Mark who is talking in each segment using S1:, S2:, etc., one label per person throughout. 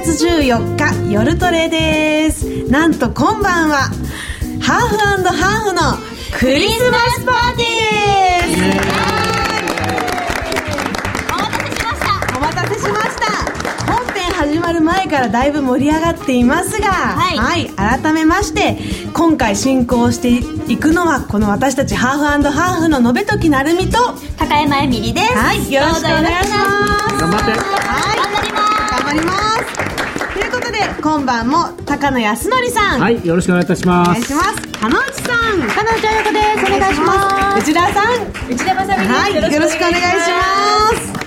S1: 24日夜トレですなんと今晩はハーフハーフのクリスマスパーティーですお待たせしました本編始まる前からだいぶ盛り上がっていますが
S2: はい
S1: 改めまして今回進行していくのはこの私たちハーフハーフの延時成美と
S2: 高山えみりです。
S1: はいよろしくお願いします
S3: 頑張って
S2: はい、頑張ります。
S1: 頑張りますということで今晩も高野康則さん、
S3: はい、よろしくお願いいたし
S1: お
S3: ま
S1: 願い
S3: す。
S1: します田之内さん
S2: 彼女よこです。お願いします。
S1: 内田さん
S2: 内田まさ
S1: はいよろしくお願いします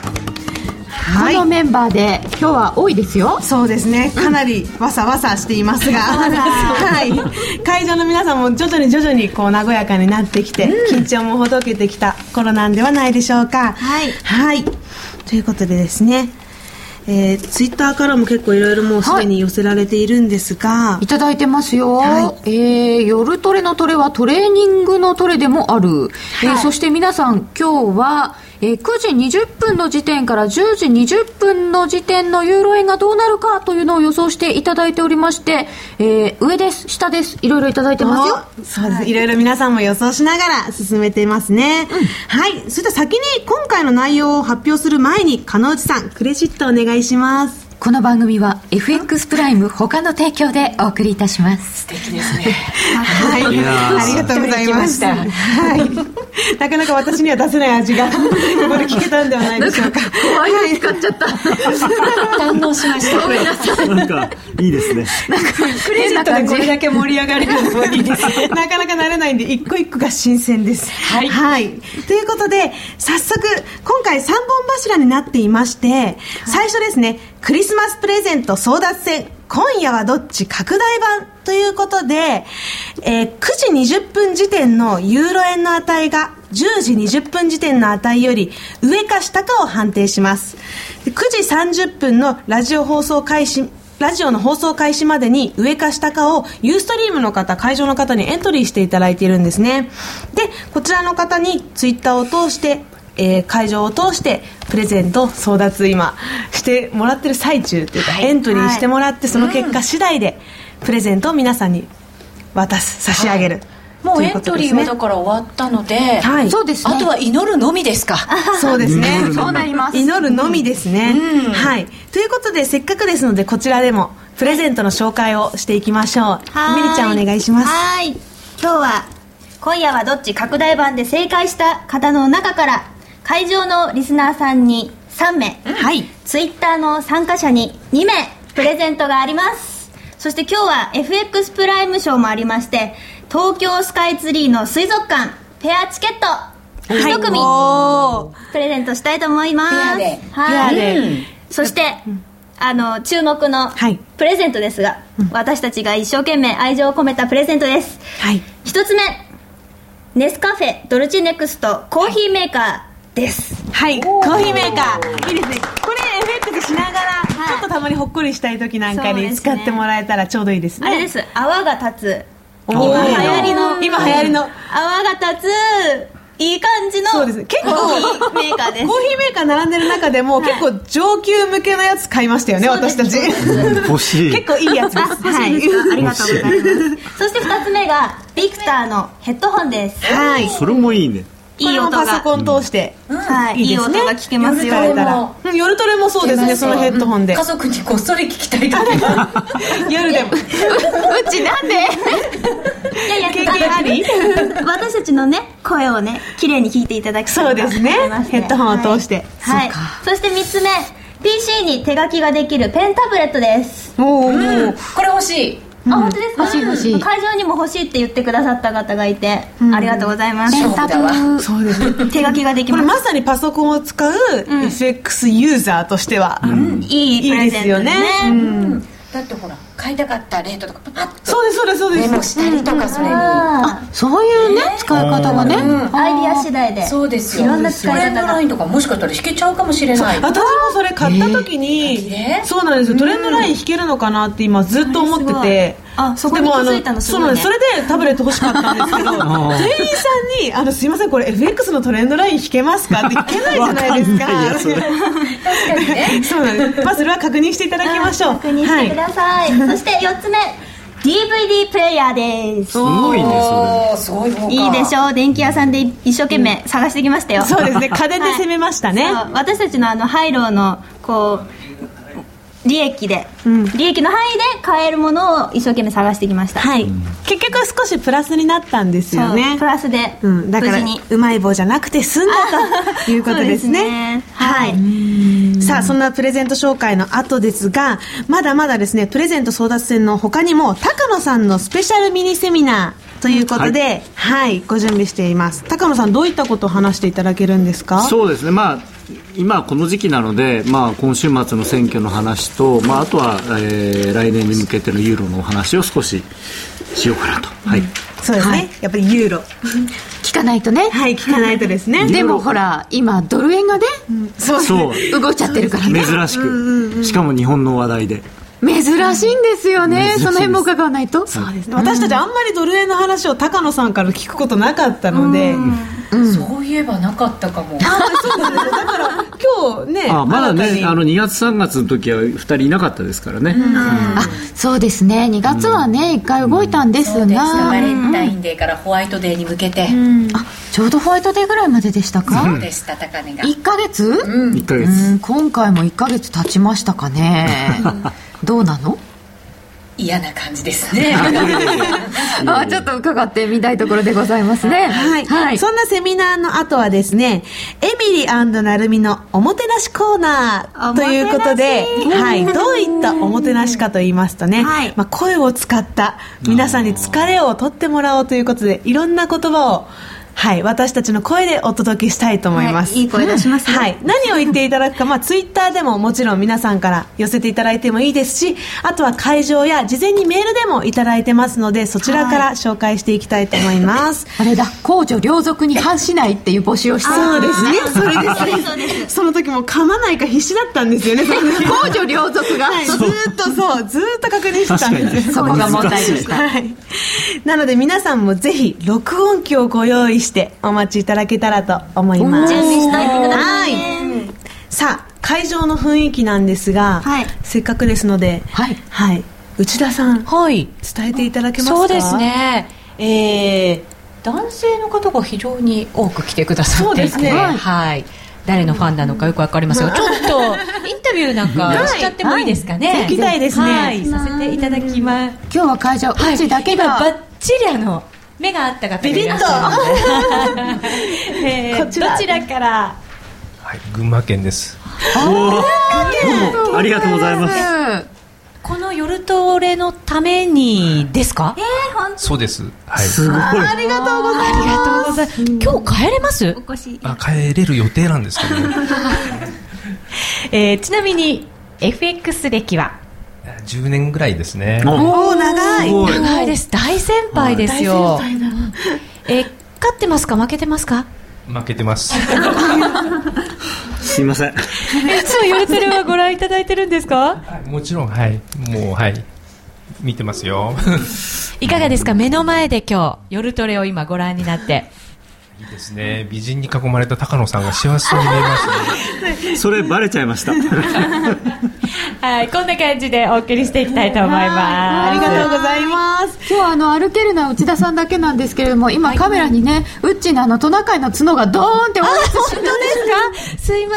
S1: は
S4: このメンバーで今日は多いですよ
S1: そうですねかなりわさわさしています が、はい、会場の皆さんも徐々に徐々にこう和やかになってきて、緊張もほどけてきた頃なんではないでしょうか
S2: はい
S1: はい、ということでですねえー、ツイッターからも結構いろいろもうすでに寄せられているんですが、
S4: いただいてますよ、
S1: は
S4: えー夜トレのトレはトレーニングのトレでもある、えーそして皆さん今日は、えー9時20分の時点から10時20分の時点のユーロ円がどうなるかというのを予想していただいておりまして、えー上です下ですいろいろいただいてますよ
S1: おそうです、い、ろいろ皆さんも予想しながら進めていますね、はいそれでは先に今回の内容を発表する前に鹿之内さんクレジットお願いします
S4: この番組は FX プライム他の提供でお送りいたします
S1: はい、
S3: いやー
S1: ありがとうございます。はい、なかなか私には出せない味が ここで聞けたんではないでしょうか。
S4: 怖いの使っちゃった
S2: 堪能しました。ごめんなさい。
S3: なんか、いいですね。
S1: クレジットでこれだけ盛り上がれるのはいいです。 なかなか慣れないんで一個一個が新鮮です。はい、ということで早速今回三本柱になっていまして、最初ですねクリスマスプレゼント争奪戦。今夜はどっち拡大版ということで、えー9時20分時点のユーロ円の値が10時20分時点の値より上か下かを判定しますで9時30分のラジオ放送開始ラジオの放送開始までに上か下かをユーストリームの方会場の方にエントリーしていただいているんですねでこちらの方にツイッターを通して、えー会場を通してプレゼント争奪今してもらってる最中というか、エントリーしてもらってその結果次第でプレゼントを皆さんに渡す差し上げる、
S5: も
S1: と
S5: う
S1: い
S5: エ
S1: こ
S5: ン
S1: と
S5: ト
S1: で
S5: リ
S1: す
S5: ー
S1: ね
S5: はだから終わったので、
S1: はい
S4: そうですね
S5: あとは祈るのみですか。
S1: そうですね
S3: 祈るのみそうな
S4: ります
S1: 祈るのみですね、はいということでせっかくですのでこちらでもプレゼントの紹介をしていきましょうみりちゃんお願いします
S2: はい。今日は、今夜はどっち拡大版で正解した方の中から、会場のリスナーさんに3名、
S1: はい
S2: ツイッターの参加者に2名、プレゼントがあります。そして今日は FX プライム賞もありまして、東京スカイツリーの水族館、ペアチケット、
S1: はい
S2: 1組、
S1: おー
S2: プレゼントしたいと思います。
S5: ペアで
S2: はい。
S1: ペアで
S2: うんそして、あの、注目の
S1: はい
S2: プレゼントですが、私たちが一生懸命愛情を込めたプレゼントです。
S1: はい
S2: 一つ目、ネスカフェ、ドルチネクスト、コーヒーメーカーです。
S1: はいコーヒーメーカーいいですねこれ FX しながら、
S2: はい
S1: ちょっとたまにほっこりしたい時なんか
S2: そう
S1: に
S2: です
S1: 使
S2: ね
S1: ってもらえたらちょうどいいですね
S2: あれです、泡が立つ。
S1: おー
S2: 今流行りの。
S1: 今流行りの
S2: 泡が立つ、いい感じの。
S1: そうです結構
S2: コーヒーメーカーです
S1: コ。ーヒーメーカー並んでる中でも、結構上級向けのやつ買いましたよね私た ち
S3: 欲しい。
S1: 結構いいやつですはい
S2: ありがとうございます。そして二つ目が、ビクターのヘッドホンです。
S1: はい
S3: それもいいね。
S2: いい音
S1: これもパ
S2: が
S1: ソ。コン通して、
S2: は
S1: い
S2: い、いい
S1: です
S2: 音
S1: ね
S2: が聞けますよ。
S1: 夜トレ
S2: は
S1: もうん夜トレもそうですねそのヘッドホンで
S5: 家族にこっそり聞きたいと思います。
S1: 夜でも
S4: うちなんで
S2: いやいや、
S1: 経験あり
S2: 私たちのね、声をね、綺麗に聞いていただきた
S1: そう
S2: いと
S1: で
S2: 思
S1: す
S2: い
S1: ね
S2: ます
S1: ヘッドホンを通して、
S2: はい。そして三つ目、PC に手書きができるペンタブレットです。
S1: お
S5: う
S1: ー
S5: んこれ欲しい。
S2: あ、本当ですか
S4: 欲しい欲しい
S2: うん会場にも欲しいって言ってくださった方がいて、ありがとうございます。
S5: そうだわ。
S1: そうですね
S2: 手書きができ
S1: これ
S2: ま。
S1: ますさにパソコンを使う FX ユーザーとしては、
S2: いいプ
S1: い
S2: レゼント
S1: いですよね
S5: うんだってほら買いたかったレートとかパッ
S1: そうですそうですそう
S5: と
S1: で
S5: メ
S1: す
S5: モしたりとかそれに。
S2: あ
S4: そういうね使い方がね、
S2: ーアイディア次第で。
S5: そうですよ。
S2: いろんな使い
S5: ト
S2: 方
S5: レンド
S2: が
S5: ラインとかもしかしたら引けちゃうかもしれない。
S1: 私もそれ買った時に、
S5: えー
S1: そうなんですよトレンドライン引けるのかなって今ずっと思って
S2: あ
S1: て
S2: れすごいあそこに
S1: でも
S2: 気づいたのすごい
S1: あそう
S2: ね
S1: なんですそれでタブレット欲しかったんですけど店員さんにあの「すいませんこれ FX のトレンドライン引けますか?」って聞けないじゃないですか
S3: わかんないやそれ
S5: 確かにね
S1: そうなんです。まあそれは確認していただきましょう。
S2: 確認してく
S1: はい。
S2: ださい、そして4つ目 DVD プレイヤーです
S3: すごいねそ
S5: おーすごい豪華
S2: いいでしょう電気屋さんで一生懸命探してきましたよ、
S1: そうですね。家電で攻めましたね。
S2: そう私たちのあのハイローのこう利益で、
S1: うん
S2: 利益の範囲で買えるものを一生懸命探してきました
S1: はい。結局少しプラスになったんですよ
S2: そう
S1: ね
S2: プ。ラスで
S1: う
S2: 無
S1: ん、だから
S2: 事に、
S1: うまい棒じゃなくて済んだということですね。
S2: そうですね
S1: はい。さあ、そんなプレゼント紹介の後ですが、まだまだですね、プレゼント争奪戦の他にも、高野さんのスペシャルミニセミナーということで、
S3: は
S1: はい、ご準備しています。高野さん、どういったことを話していただけるんですか
S3: そうですね、まあ、今この時期なので、まあ、今週末の選挙の話と、まあ、あとは、えー来年に向けてのユーロのお話を少ししようかなと、はい
S1: そうですね、やっぱりユーロ。
S4: 聞かないとね。
S1: はい、聞かないとですね。
S4: でもほら、今、ドル円がね、
S1: そうですね
S3: そう
S4: 動いちゃってるからね。
S3: 珍しくしかも日本の話題で
S4: 珍しいんですよね。
S3: 珍しいです
S4: その辺も伺わないと。
S1: そうですね私たちあんまりドル円の話を高野さんから聞くことなかったので、
S5: そういえばなかったかも
S1: あそうなんですよだから今日ね
S3: あまだ
S1: 新た
S3: ね
S1: に
S3: あの2月3月の時は2人いなかったですからね、
S4: あ、そうですね。2月はね、一回動いたんです
S5: そう
S4: が、
S5: ですバレンタインデーからホワイトデーに向けて
S4: あちょうどホワイトデーぐらいまででした
S5: そう
S4: か
S5: でした高値が
S4: ?1 ヶ月
S5: うん
S3: 1ヶ月、
S4: うん、今回も1ヶ月経ちましたか ね。どうなの
S5: 嫌な感じですね
S4: あちょっと伺ってみたいところでございますね。
S1: はい、
S4: はい。
S1: そんなセミナーの後はですね、エミリーなるみのおもてなしコーナーということで、
S2: おもてなし
S1: はい、どういったおもてなしかと言いますとね、
S2: はい
S1: まあ、声を使った皆さんに疲れを取ってもらおうということで、いろんな言葉をはい、私たちの声でお届けしたいと思います。
S2: はいいい声出しますね
S1: はい、何を言っていただくか、まあ、ツイッターでももちろん皆さんから寄せていただいてもいいですし、あとは会場や事前にメールでもいただいてますので、そちらから紹介していきたいと思います。
S4: あれだ、公序良俗に反しないっていう募集をして
S1: そうですね。それです。
S2: そうです
S1: その時も噛まないか必死だったんですよね。その時
S4: 公序良俗が、
S1: ずーっとそう、ずーっと確認してたん ですよ
S4: そこが問題でした。
S1: はい、なので皆さんもぜひ録音機をご用意してお待ちいただけたらと思います
S2: 準備しといてくださいね
S1: はいさあ会場の雰囲気なんですが、
S2: はい
S1: せっかくですので、
S4: はい
S1: はい、内田さん
S5: はい
S1: 伝えていただけますか
S5: そうですね、えー男性の方が非常に多く来てくださっていて
S1: そうですね
S5: はい、誰のファンなのかよくわかりませんが、ちょっとインタビューなんかしちゃってもいいですかね、
S1: はい聞きたいですね
S5: はい、させていただきます
S4: 今日は会場、うちだけ
S5: 今
S4: が、
S5: バッチリあの目があった方がいらっしゃるので えー
S1: こちら
S5: どちらから
S6: はい、群馬県です。
S3: どうもありがとうございます
S5: この夜トレのためにですか、
S6: そうです。はい。
S3: すごい
S5: ありがとうございます今日帰れます
S2: お越し
S6: あ、帰れる予定なんですけど、ね、
S5: えーちなみに FX 歴は
S6: 10年ぐらいですね。
S1: おお長い
S3: すごい
S5: 長いです大先輩ですよ、えー勝ってますか負けてますか
S6: 負けてます。
S3: すいません
S5: いつも夜テレはご覧いただいてるんですか
S6: はいもちろん、はい。もう、はい。見てますよ。
S5: いかがですか目の前で今日夜トレを今ご覧になって
S6: いいですね。美人に囲まれた高野さんが幸せそうに見えますね。
S3: それバレちゃいました
S5: はいこんな感じでお送りしていきたいと思います
S1: ありがとうございます
S4: 今日はあの歩けるのは内田さんだけなんですけれども、今カメラにね、ウッチのあのトナカイの角がドーンって
S5: 本当ですかすいま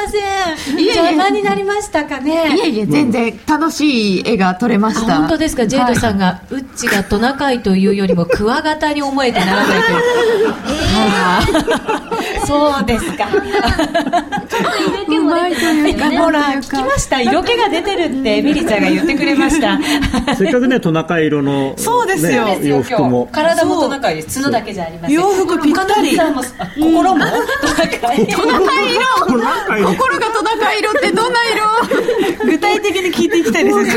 S5: せん
S4: いえいえ
S5: 邪魔になりましたかね
S4: いえいえ、全然楽しい絵が撮れました。
S5: あ本当ですか、ジェイドさんが、ウッチがトナカイというよりもクワガタに思えてなら ないという、はい そうですか、
S2: 色気も出てますよね
S5: ほら、聞きました、色気が出てるって、ミリちゃんが言ってくれました、
S3: せっかくねトナカイ色の
S1: そうですよ
S3: ね洋服も
S5: 体もトナカイです、角だけじゃありません、
S1: 洋服ぴったり
S5: 他のさんも心もトナカイ、
S4: トナカイ
S3: トナカイ
S4: 色心がトナカイ色ってどんな色
S1: 具体的に聞いていきたいですね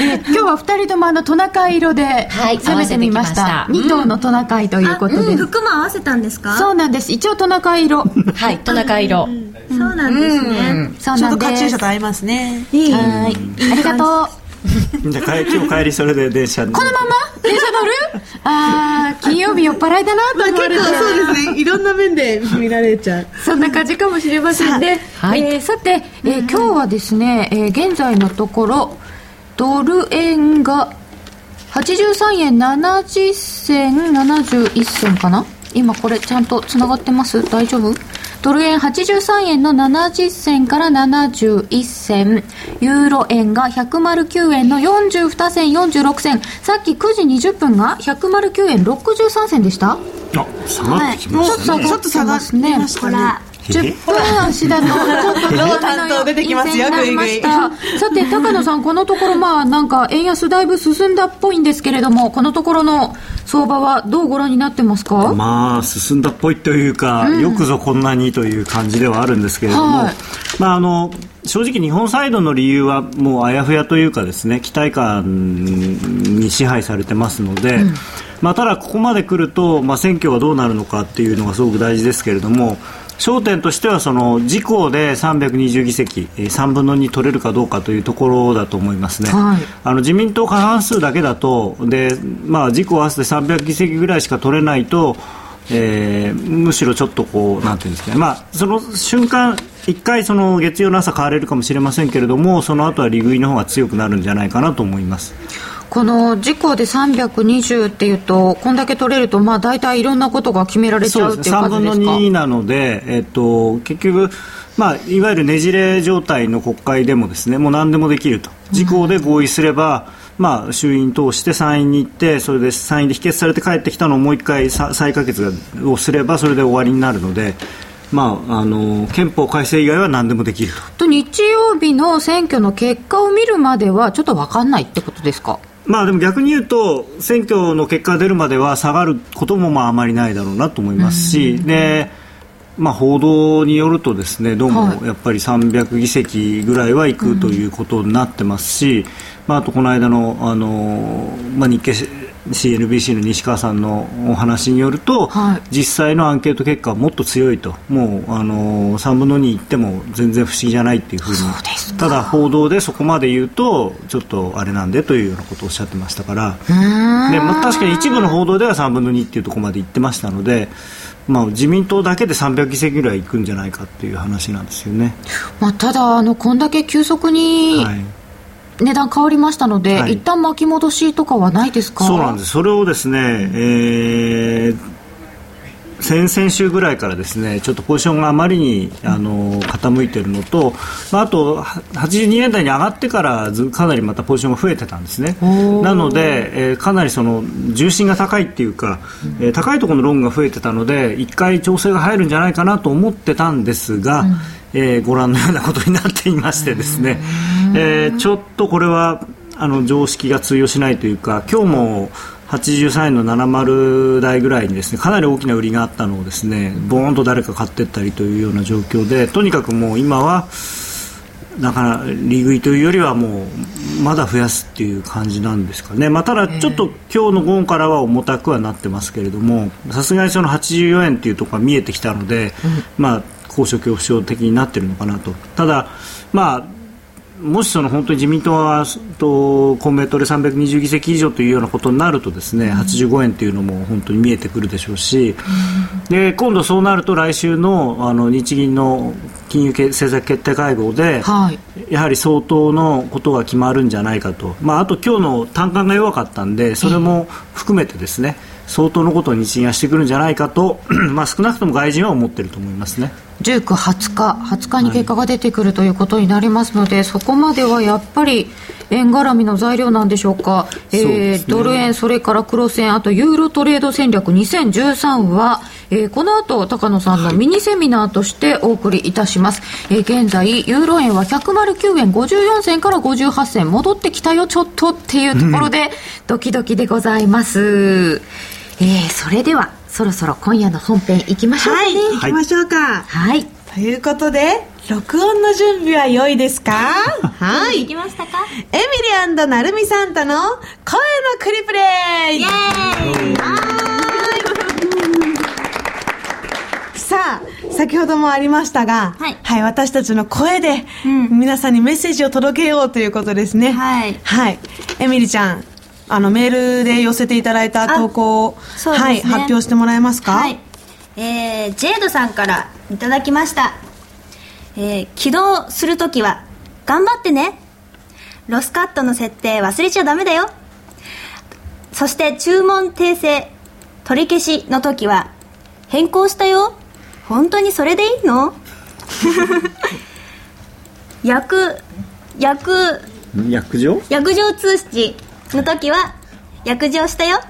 S4: え今日は二人ともあのトナカイ色で
S5: はい
S4: 攻めてみました。二、頭のトナカイということです。
S2: 服も合わせたんですか
S4: そうなんです。一応トナカ イ色。
S5: はい、トナカイ色、
S2: そうなんですね
S4: そう
S1: ちょ
S4: な
S1: っと
S4: ん
S1: カ
S4: で
S1: チュー
S4: す
S1: シャ。と合いますね
S2: いい
S4: はいありがとう。
S7: じゃあ帰今日帰りそれで電車に
S4: この まま電車乗るあー金曜日酔っ払いだな
S1: まあ
S4: と思われ
S1: 結構
S4: た
S1: そうですねいろんな面で見られちゃう
S4: そんな感じかもしれませんね。
S8: あはい
S4: えーさて、えー今日はですね、えー現在のところ、ドル円が83円70銭、71銭かな今これちゃんとつながってます大丈夫ドル円83円の70銭から71銭、ユーロ円が109円の42銭46銭、さっき9時20分が109円63銭でした
S7: あ下がってきま
S4: ちょ
S7: し
S4: ったと
S7: ね
S4: 下がってますね。
S2: ほら
S4: 10分足だと、
S1: う担当出てきますよ
S4: 陰性になりましたさて、高野さん、このところ、まあ、なんか、円安だいぶ進んだっぽいんですけれども、このところの相場はどうご覧になってますか
S7: まあ進んだっぽいというか、よくぞこんなにという感じではあるんですけれども、
S4: はい
S7: まあ、あの正直、日本サイドの理由はもうあやふやというかですね期待感に支配されてますので、まあ、ただ、ここまで来ると、まあ、選挙がどうなるのかっていうのがすごく大事ですけれども焦点としてはその自公で320議席えー3分の2取れるかどうかというところだと思いますね。
S4: はい
S7: あの自民党過半数だけだと、でまあ、自公合わせて300議席ぐらいしか取れないと、えーむしろちょっとこう、なんていうんですかね、まあ、その瞬間、一回その月曜の朝、買われるかもしれませんけれども、その後は利食いの方が強くなるんじゃないかなと思います。
S4: この、事項で320っていうと、こんだけ取れると、まあ、大体いろんなことが決められちゃ
S7: そうで
S4: うっ
S7: す
S4: ていう
S7: ね、3
S4: 感
S7: 分
S4: じで
S7: の
S4: すか
S7: 2なので、えっと、結局、まあ、いわゆるねじれ状態の国会でもですねもう何でもできると、自公で合意すれば、まあ、衆院通して参院に行って、それで参院で否決されて帰ってきたのをもう一回さ再可決をすれば、それで終わりになるので、まあ、あの憲法改正以外は何でもできると。
S4: と日曜日の選挙の結果を見るまでは、ちょっと分かんないってことですか
S7: まあでも逆に言うと選挙の結果が出るまでは下がることもまああまりないだろうなと思いますし、でまあ、報道によるとですねどう
S4: はい
S7: もやっぱり300議席ぐらいは行くということになってますし、まあ、あとこの間のあの、まあ、日経 CNBC の西川さんのお話によると、
S4: はい
S7: 実際のアンケート結果はもっと強いともうあの3分の2いっても全然不思議じゃないっていうふうにただ報道でそこまで言うとちょっとあれなんでというようなことをおっしゃってましたからで、まあ、確かに一部の報道では3分の2っていうところまで言ってましたので、まあ、自民党だけで300議席ぐらいいくんじゃないかっていう話なんですよね。
S4: まあ、ただ、あの、こんだけ急速に
S7: はい
S4: 値段変わりましたので、
S7: はい
S4: 一旦巻き戻しとかはないですか
S7: そうなんです。それをですね、えー先々週ぐらいからですねちょっとポジションがあまりにあの傾いているのと、まあ、あとは82円台に上がってからずかなりまたポジションが増えてたんですねなので、えーかなりその重心が高いっていうか、えー高いところのロングが増えてたので一回調整が入るんじゃないかなと思ってたんですが、えーご覧のようなことになっていましてですね、えーちょっとこれはあの常識が通用しないというか今日も83円の70台ぐらいにですねかなり大きな売りがあったのをですねボーンと誰か買ってったりというような状況でとにかくもう今はだから利食いというよりはもうまだ増やすっていう感じなんですかね、まあ、ただちょっと今日の午後からは重たくはなってますけれどもさすがにその84円っていうところが見えてきたので、まあ高所恐怖症的になってるのかなと。ただまあもしその本当に自民党はと公明党で320議席以上というようなことになるとですね、85円というのも本当に見えてくるでしょうし、で今度そうなると来週のあの日銀の金融け政策決定会合で、
S4: はい
S7: やはり相当のことが決まるんじゃないかと、まあ、あと今日の単価が弱かったんでそれも含めてですね、相当のことを日銀はしてくるんじゃないかと、まあ、少なくとも外人は思ってると思いますね。
S4: 19、20日、20日に結果が出てくるということになりますので、そこまではやっぱり円絡みの材料なんでしょうか、え
S7: そう
S4: ー
S7: ですね
S4: ドル円、それから黒線、あとユーロトレード戦略2013は、えーこの後高野さんのミニセミナーとしてお送りいたします、えー現在、ユーロ円は109円54銭から58銭、戻ってきたよ、ちょっとっていうところで、ドキドキでございます。えーそれではそろそろ今夜の本編いきましょうか
S1: は
S4: ね。
S1: い行きましょうか、
S4: はい
S1: ということで録音の準備は良いですかは
S2: で
S1: い
S2: きましたか
S1: エミリアンなるみさんとの声のクリプレイ
S2: イエーイ
S1: さあ先ほどもありましたが、
S2: はい
S1: 私たちの声で、
S2: うん
S1: 皆さんにメッセージを届けようということですね。
S2: はい
S1: はい。エミリちゃん、あの、メールで寄せていただいた投稿を、
S2: そうですね
S1: はい、発表してもらえますか
S2: はい。えー、ジェイドさんからいただきました。えー、起動するときは、頑張ってね。ロスカットの設定忘れちゃダメだよ。そして注文訂正、取り消しのときは、変更したよ。本当にそれでいいの 役、役、
S3: 薬場
S2: 薬状通知の時は、薬状したよ。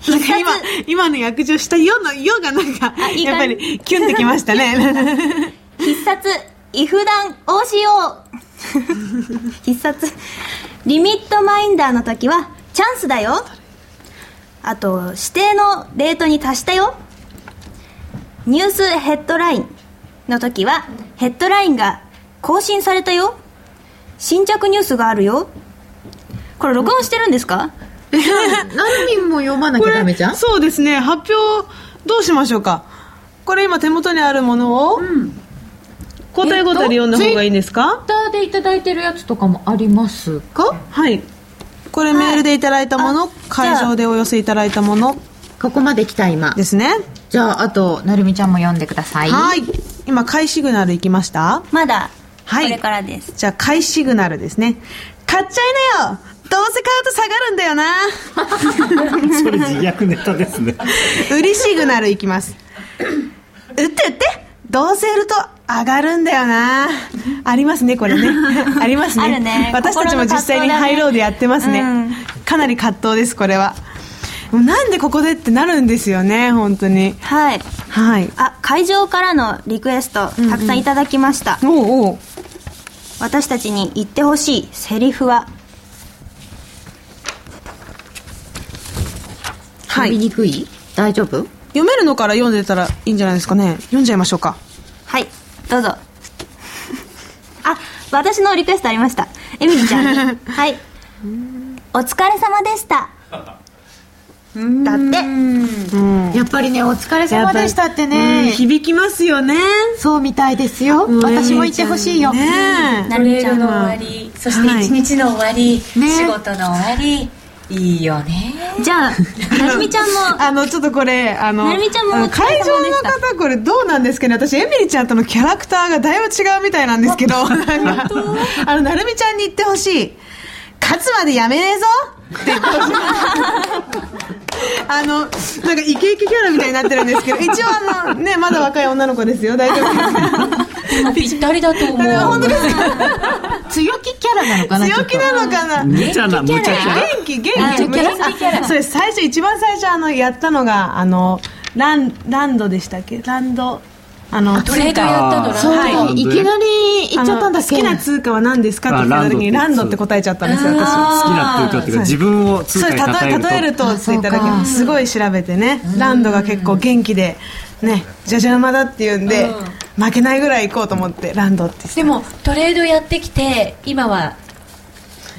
S2: 必殺
S1: なんか今、今の役場したよの、よがなんか、
S2: いい感じ
S1: やっぱり、キュンってきました ね。
S2: 必殺イフダン OCO 必殺リミットマインダーの時はチャンスだよあと指定のレートに達したよニュースヘッドラインの時はヘッドラインが更新されたよ新着ニュースがあるよこれ録音してるんですか
S4: 何人も読まなき
S1: こ
S4: ゃ
S1: れ
S4: ダメじゃん
S1: そうですね発表どうしましょうかこれ今手元にあるものを、交代ごとに読んだ方がいいんですか、
S4: ツイッターでいただいてるやつとかもありますか
S1: はいこれメールでいただいたもの、会場でお寄せいただいたもの
S4: ここまで来た今
S1: ですね
S4: じゃああとなるみちゃんも読んでください
S1: はい今買いシグナルいきました
S2: まだこ
S1: はい
S2: れからです、
S1: じゃあ買いシグナルですね買っちゃいなよどうせ買うと下がるんだよな
S3: それ自虐ネタですね
S1: 売りシグナルいきます売って売ってどうせ売ると上がるんだよなありますねこれ ねありますね
S2: あるね
S1: 私たちも実際に
S2: 心の葛藤だね
S1: ハイローでやってますね、
S2: うん
S1: かなり葛藤ですこれはもうなんでここでってなるんですよね本当に
S2: はい
S1: はい
S2: あ会場からのリクエストたくさんいただきました、
S1: おうおう
S2: 私たちに言ってほしいセリフは
S1: は
S4: 読み
S1: い
S4: にくい大丈夫
S1: 読めるのから読んでたらいいんじゃないですかね読んじゃいましょうか
S2: はいど うぞあ私のリクエストありましたエミリちゃ んにはいお疲れ様でしただって
S4: やっぱりねお疲れ様でしたって
S1: うん
S4: ね
S1: 響きますよね
S4: そうみたいですよ私も言ってほしいよ
S1: ねえ
S2: なるみちゃん
S5: の
S2: の
S5: 終わりそして一日の終わり、
S4: ね
S5: 仕事の終わりいいよね
S2: じゃ あなるみちゃんも
S1: あのちょっとこれあの
S2: なるみちゃんもお疲れ様でした
S1: 会場の方これどうなんですかね私エミリちゃんとのキャラクターがだいぶ違うみたいなんですけどなんか あのなるみちゃんに言ってほしい勝つまでやめねえぞって言ってほしいあのなんかイケイケキャラみたいになってるんですけど一応あのねまだ若い女の子ですよ大丈夫です
S5: 今ぴったりだと思う
S1: 本当ですか
S4: 強気キャラなのかな
S1: 強気なのかな
S3: 無茶な無茶キャラ
S1: 元気元気
S5: 元気キャラ
S1: あそうです最初一番最初あのやったのがあのランランドでしたっけランドあの
S5: トレードやったの
S4: そう、、
S5: ラ
S3: はい
S4: きなり行っちゃったんだっけ
S1: あの好きな通貨は何ですかって聞いた時に
S3: あ
S1: ラ
S3: ラン
S1: ン
S3: ド
S1: ド
S3: っ
S1: ってて答えちゃったんですよ私
S3: 好きなっていうかっていうか自分を通
S1: そ
S3: 貨
S1: れ
S3: に
S1: 例え例え
S3: 例え
S1: る
S3: ると
S1: とっていただけますすごい調べてねランドが結構元気でねじゃじゃ馬だっていうんで負けないぐらい行こうと思ってランドって
S5: でもトレードやってきて今は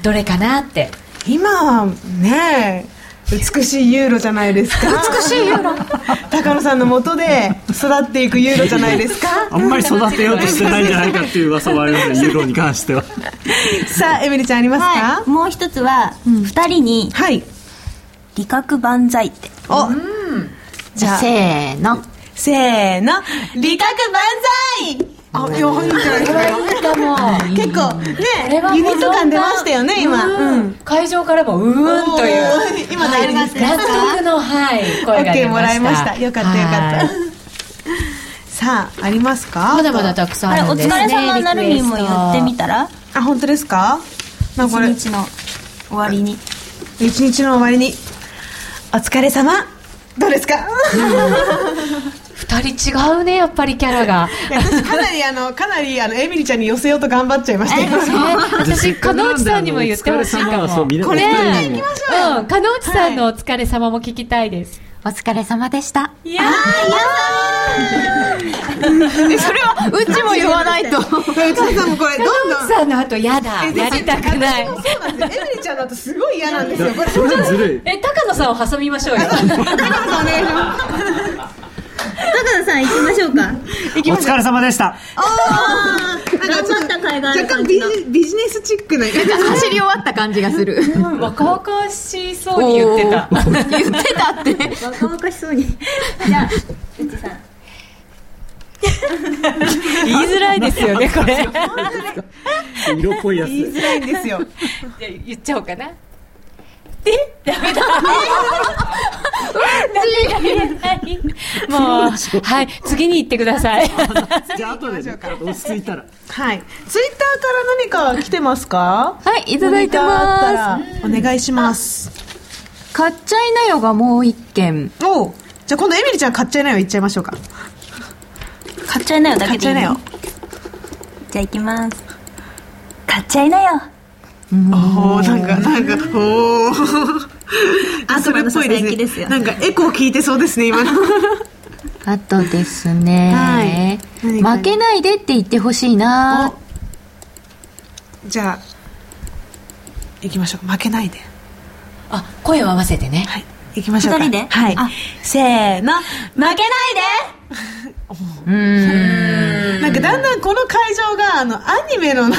S5: どれかなって
S1: 今はね美しいユーロじゃないですか美しいユーロ高野さんの元で育っていくユーロじゃないですか
S3: あんまり育てようとしてないんじゃないかっていう噂はありますねユーロに関しては
S1: さあエミリちゃんありますか
S2: はいもう一つは二人に
S1: はい、
S2: 理覚万歳って
S1: おじゃあ
S4: せーの
S1: せーの
S2: 理覚万歳
S1: あいや本当だ
S5: かも
S1: 結構
S5: れ
S1: ね
S5: はもう
S1: ユニット感出ましたよね今うん
S5: 会場からもうーんとい
S1: お
S5: う
S1: ー今何がです
S5: 納
S1: か
S5: 得の、はい、声が出
S1: OK も
S5: ま
S1: ら
S5: し
S1: い
S5: た。
S1: ましたよかったよか
S5: は
S1: っ
S5: い
S1: たさあありますか
S5: まだまだたくさん
S2: あ
S5: あ
S2: れ
S5: る
S2: お
S5: んで
S2: 疲
S5: すね。
S2: れ様なるみも言ってみ
S5: た。
S2: たら
S1: あ本当ですかなん
S2: 一
S1: かこれ
S2: 日の終わりに
S1: 一日の終わりにお疲れ様どうですか
S5: 二人違うね、やっぱりキャ ラが。
S1: 私かなりあのかなりあのエミリちゃんに寄せようと頑張っちゃいましたよ
S5: 私、加納内さんにも言ってほしい
S3: お疲れ様
S5: か
S3: はそう
S5: も。
S3: みんな
S1: これ
S3: お二人にも
S1: 行きましょうよ
S5: うん、加納内さんのお疲れ様も聞きたいです。
S4: お疲れ様でした
S5: いや
S4: それはうちも言わない と
S1: 内田さんもこれどんどん
S5: ー、さんの後やだ、やりた くない。
S1: そうなんですよエミリちゃんだとすごい嫌なんですよこれ
S3: それはずるい
S5: え、高野さんを挟みましょうよ。
S1: 高野さんお願いしま
S2: 高野さん行きましょうか。
S1: 行き
S7: お
S1: ましょう
S7: 疲れ様でした。
S2: おー頑張った甲斐がある
S1: 若
S2: 感
S1: 干
S2: じ
S1: ビ
S2: の。
S1: ジビジネスチックな
S4: 走り終わった感じがする。
S5: 若々しそうに言ってた。
S4: おー。言ってたって。
S2: 若々しそうに。じゃあ、うちさん。
S5: 言いづらいですよね、これ。じゃあ
S7: 色っぽいやつ。
S1: 言いづらいんですよ
S5: 言っちゃおうかな。 えダメだ。ダメだ。もう、はい、次に行ってください。
S7: じゃあ後で、ね、落ち着いたら。
S1: はいツイッターから何か来てますか
S4: はい、いただいて
S1: 何か
S4: ま
S1: あったらお願いします
S4: す。買っちゃいなよがもう一件。
S1: おうじゃあ今度エミリちゃん買っちゃいなよ言っちゃいましょうか
S2: 買っちゃいなよだ
S1: 買
S2: け
S1: っちゃ
S2: でい
S1: い
S2: い
S1: なよ
S2: じゃあ行きます。買っちゃいなよ。
S1: おおなんかなんかおお
S2: あそばのささやきですよ
S1: なんかエコー聞いてそうですね今の
S4: あとですね、
S1: はい何
S4: 負けないでって言ってほしいな
S1: じゃあ行きましょう負けないで
S5: あ、声を合わせてね。
S1: はい行きましょう
S2: 二
S1: か
S2: 人で
S1: はい
S2: あ
S1: せーの
S2: 負けないで
S4: うーん
S1: なんかだんだんこの会場があのアニメのなんか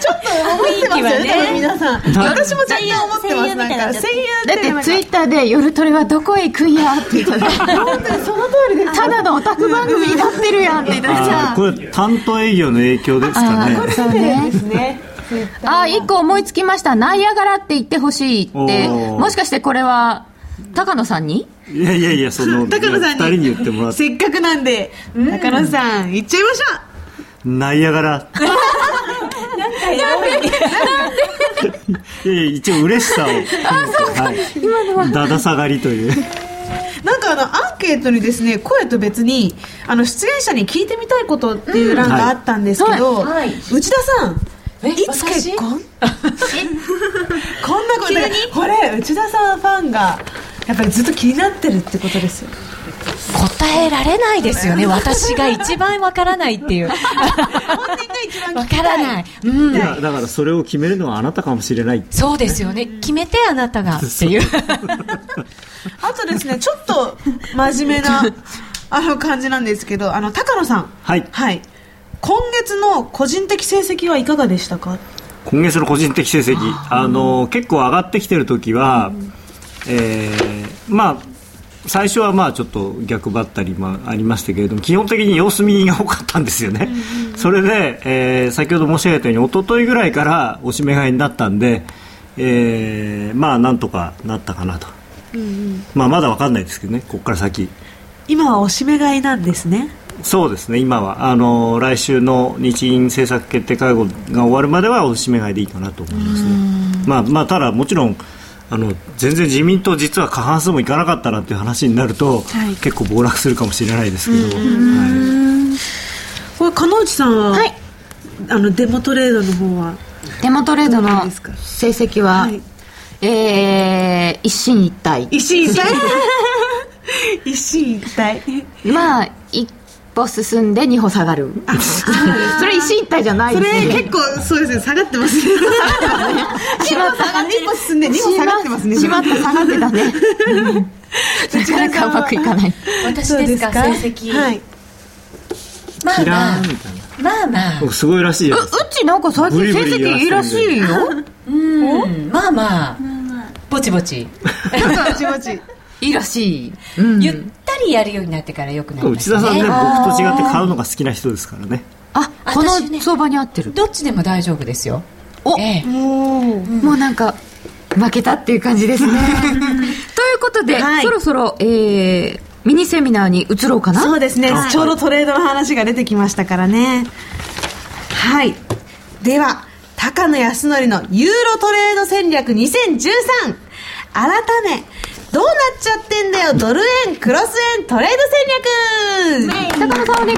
S1: ちょっと思ってますよ
S5: 雰
S1: ね
S5: 囲気はね
S1: 多分皆さん私も若干思ってま
S2: 声優
S1: す
S2: みたいに
S1: な
S2: なっ
S1: ん
S2: ちゃ
S1: か
S2: って
S1: 声優
S4: だっ
S1: って
S4: てツイッターで「夜トレはどこへ行くんや」って言ったら
S1: 本当にその通りです
S4: ただのオタク番組になってるやんって言ったら
S7: あーこれ担当営業の影響ですかね
S4: あ。ーそうね
S1: ですね
S4: あー一個思いつきました「ナイアガラ」って言ってほしいって
S7: おー
S4: もしかしてこれは高野さんに
S7: いやいやいやその
S1: 高野さんに
S7: 二人に言ってもらって
S1: せっかくなんで高野さん行っちゃいましょう
S7: ナイアガラ。いやいや一応嬉しさを。あそうか。今のは。だだ下がりという。
S1: なんかあのアンケートにですね声と別にあの出演者に聞いてみたいことっていう欄があったんですけど、
S5: うんはいはい
S1: 内田さん
S5: え
S1: いつ結婚
S2: え
S1: こんなことだからこれ内田さんファンがやっぱりずっと気になってるってことですよ
S5: 答えられないですよね。私が一番わからないって いう。
S1: 本人が一番
S5: わ
S1: 聞きた
S5: から
S1: い
S5: ない。うん
S7: い。やだからそれを決めるのはあなたかもしれない。
S5: そうですよね。決めてあなたがっていう。
S1: あとですねちょっと真面目 なあの感じなんですけどあの高野さん
S7: はい
S1: はい今月の個人的成績はいかがでしたか
S7: 今月の個人的成績あの結構上がってきてる時は、えーまあ最初はまあちょっと逆ばったりもありましたけれども基本的に様子見が多かったんですよね、それで、えー先ほど申し上げたように一昨日ぐらいからおしめ買いになったんで、えーまあなんとかなったかなと、まあ、まだ分かんないですけどねここから先
S1: 今はおしめ買いなんですね
S7: そうですね今はあの来週の日銀政策決定会合が終わるまではおしめ買いでいいかなと思いますね、まあまあ、ただ、もちろんあの全然自民党実は過半数もいかなかったなんていう話になると、
S1: はい
S7: 結構暴落するかもしれないですけど、はい
S1: これ鹿之内さんは、
S4: はい
S1: あのデモトレードの方は
S4: デモトレー
S1: どう
S4: ドの
S1: ですか
S4: 成績は、
S1: はい
S4: えー一進一退
S1: 一進一退一進一退
S4: まあ一歩進んで二歩下がる それ一進一退じゃない
S1: そ
S4: ですね
S1: れ結構そうですね下がってますね
S4: しまった
S1: 2歩進んで2歩下がってますね
S4: しまった下がってたね なかなかうまくいかない
S5: 私
S1: そう
S5: ですか、成績。
S1: はい
S5: まあ
S7: キラー
S5: まあ
S7: ンみたいな
S5: まあまあ
S7: 僕すごいらしいじゃないですか
S4: うちなんか最近成績いいらしいよ
S5: うんまあまあぼちぼち
S1: なんかちぼち
S4: いいらしい、
S5: ゆったりやるようになってからよくなりま
S7: 内
S5: した
S7: 田さんね
S5: ね
S7: 僕と違って買うのが好きな人ですからね
S4: あこ
S5: 私
S4: の
S5: ね
S4: 相場に合ってる、
S5: どっちでも大丈夫ですよ
S4: お
S5: ええ
S4: もうなんか負けたっていう感じです ねということで、
S1: はい
S4: そろそろ、えーミニセミナーに移ろうかな
S1: そうですねちょうどトレードの話が出てきましたからねはいでは高野康則のユーロトレード戦略2013改めどうなっちゃってんだよドル円クロス円トレード戦略
S4: 高野さんお願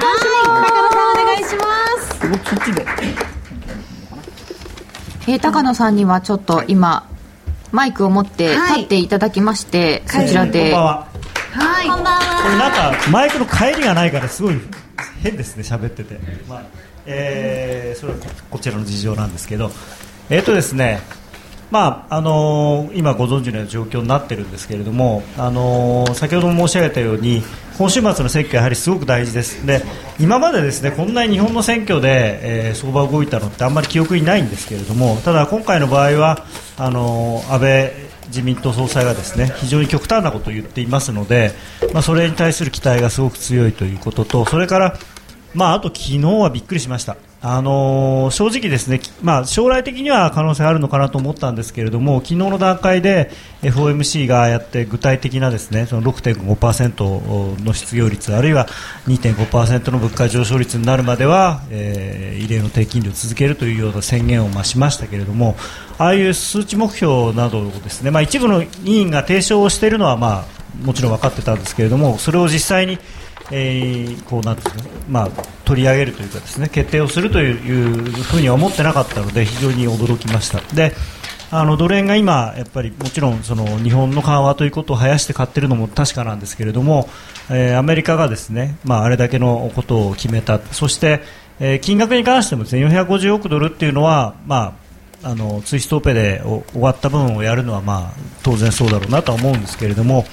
S4: いします
S1: 高野さんお願いします
S4: えー高野さんにはちょっと今マイクを持って
S1: はい
S4: 立っていただきまして、そちら
S9: こん
S4: で
S9: ばんは。
S1: はい
S2: こんばんは。
S9: これなんかマイクの帰りがないからすごい変ですね喋ってて。まあえーそれはここちらの事情なんですけど、えっ、とですね。
S7: まああのー今ご存知のような状況になってるんですけれども、あのー先ほども申し上げたように今週末の選挙はやはりすごく大事ですで今までですねこんなに日本の選挙で、えー相場動いたのってあんまり記憶にないんですけれどもただ今回の場合はあのー安倍自民党総裁がですね非常に極端なことを言っていますので、まあ、それに対する期待がすごく強いということとそれから、まあ、あと昨日はびっくりしました、あのー正直、ですね、きまあ、将来的には可能性あるのかなと思ったんですけれども昨日の段階で FOMC がやって具体的なですねその6.5%の失業率あるいは2.5%の物価上昇率になるまでは、えー異例の低金利を続けるというような宣言をまあしましたけれどもああいう数値目標などをですね、まあ、一部の委員が提唱をしているのは、まあ、もちろん分かってたんですけれどもそれを実際にえーこうなんていうのまあ、取り上げるというかですね決定をするといういうふうには思ってなかったので非常に驚きました。であのドル円が今、やっぱりもちろんその日本の緩和ということを生やして買っているのも確かなんですけれども、えーアメリカがですね、まあ、あれだけのことを決めた、そして、えー金額に関してもです、ね、450億ドルっていうのは、まあ、あのツイストオペでお終わった分をやるのは、まあ、当然そうだろうなとは思うんですけれども、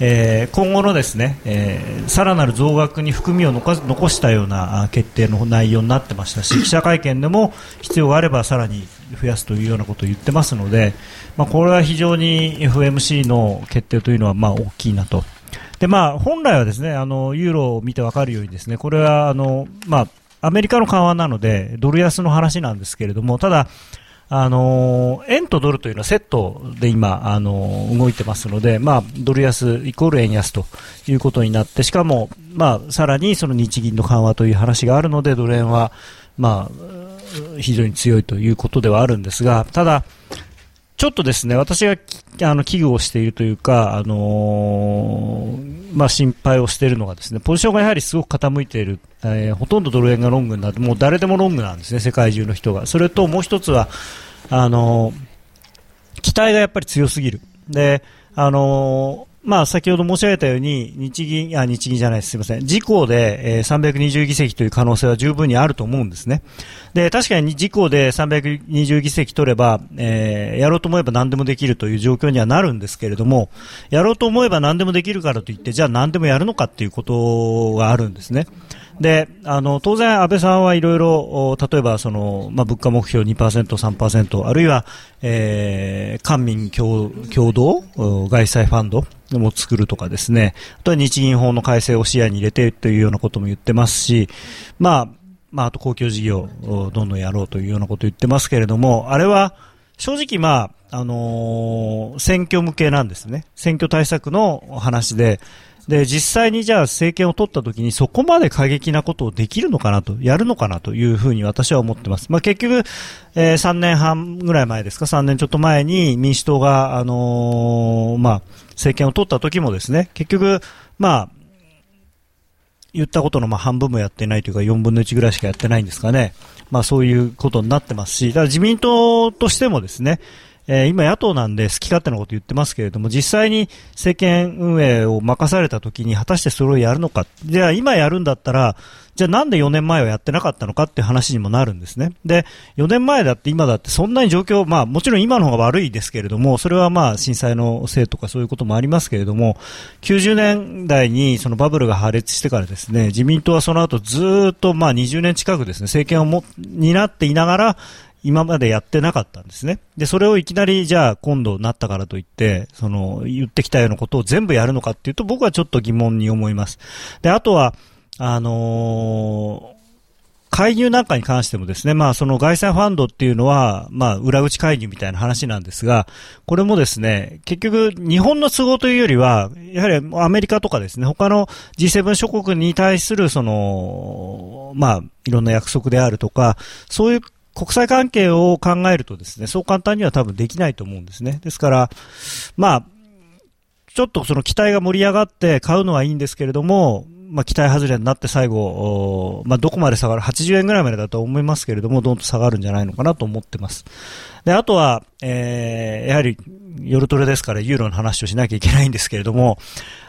S7: えー今後のですね、えーさらなる増額に含みを残す残したようなあ決定の内容になってましたし記者会見でも必要があればさらに増やすというようなことを言ってますので、まあ、これは非常に FMC の決定というのはまあ大きいなと。でまあ、本来はですねあのユーロを見てわかるようにですねこれはあの、まあ、アメリカの緩和なのでドル安の話なんですけれどもただ、あの円とドルというのはセットで今、あの動いてますので、まあ、ドル安イコール円安ということになってしかも、まあ、さらにその日銀の緩和という話があるのでドル円は、まあ、非常に強いということではあるんですがただ、ちょっとですね、私がきあの危惧をしているというか、あのーまあ、心配をしているのがですね、ポジションがやはりすごく傾いている、えーほとんどドル円がロングになって、もう誰でもロングなんですね、世界中の人が。それともう一つは、あのー期待がやっぱり強すぎる。で、あのーまあ、先ほど申し上げたように、日銀、あ、日銀じゃないです。すいません。自公で、えー320議席という可能性は十分にあると思うんですね。で、確かに自公で320議席取れば、えーやろうと思えば何でもできるという状況にはなるんですけれども、やろうと思えば何でもできるからといって、じゃあ何でもやるのかっていうことがあるんですね。で、あの、当然安倍さんはいろいろ、お例えばその、まあ、物価目標2%、3%、あるいは、えー官民共共同お外債ファンドも作るとかですね、あとは日銀法の改正を視野に入れてというようなことも言ってますし、まあ、まあ、あと公共事業をどんどんやろうというようなことを言ってますけれども、あれは正直、まああのー選挙向けなんですね、選挙対策の話で、で実際にじゃあ政権を取った時にそこまで過激なことをできるのかなと、やるのかなというふうに私は思ってます。まあ、結局、えー3年半ぐらい前ですか、3年ちょっと前に民主党が、あのーまあ、政権を取った時もですね、結局、まあ、言ったことのまあ半分もやってないというか、4分の1ぐらいしかやってないんですかね、まあ、そういうことになってますし、ただ自民党としてもですね、えー今、野党なんで好き勝手なこと言ってますけれども、実際に政権運営を任されたときに、果たしてそれをやるのか、じゃあ今やるんだったら、じゃあなんで4年前はやってなかったのかっていう話にもなるんですね。で、4年前だって今だってそんなに状況、まあもちろん今の方が悪いですけれども、それはまあ震災のせいとかそういうこともありますけれども、90年代にそのバブルが破裂してからですね、自民党はその後ずーっとまあ20年近くですね、政権をも、担っていながら、今までやってなかったんですね。で、それをいきなり、じゃあ今度なったからといって、その、言ってきたようなことを全部やるのかっていうと、僕はちょっと疑問に思います。で、あとは、あのー介入なんかに関してもですね、まあその外債ファンドっていうのは、まあ裏口介入みたいな話なんですが、これもですね、結局日本の都合というよりは、やはりアメリカとかですね、他の G7 諸国に対するその、まあいろんな約束であるとか、そういう国際関係を考えるとですね、そう簡単には多分できないと思うんですね。ですから、まあ、ちょっとその期待が盛り上がって買うのはいいんですけれども、まあ、期待外れになって最後、おーまあ、どこまで下がる ?80 円ぐらいまでだと思いますけれども、どんと下がるんじゃないのかなと思ってます。で、あとは、えー、やはり、夜トレですからユーロの話をしなきゃいけないんですけれども、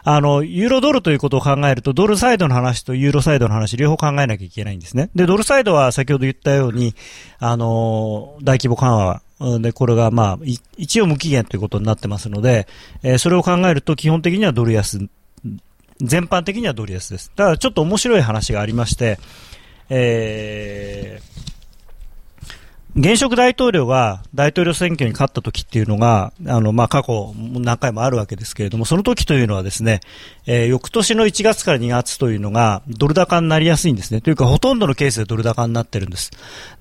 S7: あの、ユーロドルということを考えると、ドルサイドの話とユーロサイドの話、両方考えなきゃいけないんですね。で、ドルサイドは先ほど言ったように、あの、大規模緩和うんで、これがまあ、い一応無期限ということになってますので、えーそれを考えると基本的にはドル安、全般的にはドル安です。ただちょっと面白い話がありまして、えー現職大統領が大統領選挙に勝った時っていうのが、あの、まあ、過去何回もあるわけですけれども、その時というのはですね、えー翌年の1月から2月というのがドル高になりやすいんですね。というか、ほとんどのケースでドル高になってるんです。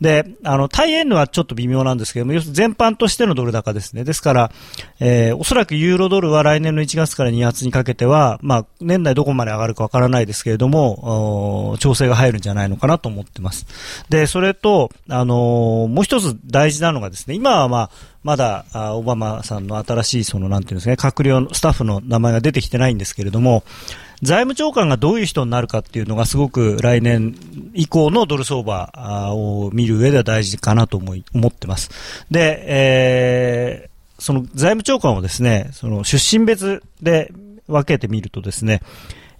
S7: で、あの、大円のはちょっと微妙なんですけども、要するに全般としてのドル高ですね。ですから、えーおそらくユーロドルは来年の1月から2月にかけては、まあ、年内どこまで上がるかわからないですけれども、おー調整が入るんじゃないのかなと思ってます。で、それと、あのーもう一つ大事なのがですね、今はまあ、まだ、あオバマさんの新しい、その、なんていうんですかね、閣僚の、スタッフの名前が出てきてないんですけれども、財務長官がどういう人になるかっていうのがすごく来年以降のドル相場あーを見る上では大事かなと思い思ってます。で、えーその財務長官をですね、その出身別で分けてみるとですね、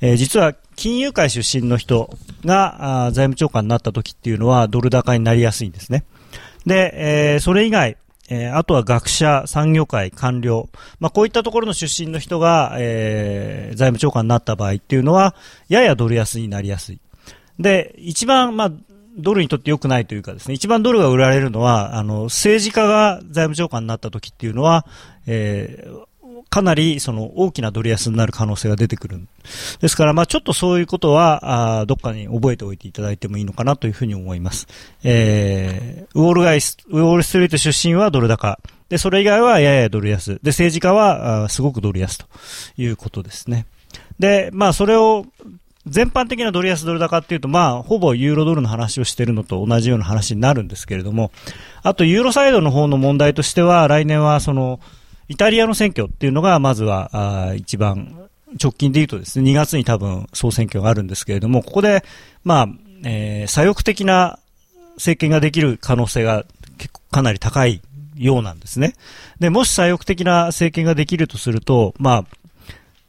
S7: えー実は金融界出身の人があー財務長官になった時っていうのはドル高になりやすいんですね。で、えーそれ以外、えーあとは学者、産業界、官僚、まあ、こういったところの出身の人が、えー財務長官になった場合っていうのは、ややドル安になりやすい。で、一番、まあ、ドルにとって良くないというかですね、一番ドルが売られるのは、あの、政治家が財務長官になった時っていうのは、えーかなりその大きなドル安になる可能性が出てくる。ですから、まあちょっとそういうことは、あーどっかに覚えておいていただいてもいいのかなというふうに思います。えー、ウォール街スウォールストリート出身はドル高。で、それ以外はややドル安。で、政治家は、あーすごくドル安ということですね。で、まあそれを、全般的なドル安ドル高っていうと、まあ、ほぼユーロドルの話をしているのと同じような話になるんですけれども、あと、ユーロサイドの方の問題としては、来年は、その、イタリアの選挙っていうのが、まずは、あー一番、直近で言うとですね、2月に多分、総選挙があるんですけれども、ここで、まあ、えー左翼的な政権ができる可能性が結構かなり高いようなんですね。で、もし左翼的な政権ができるとすると、まあ、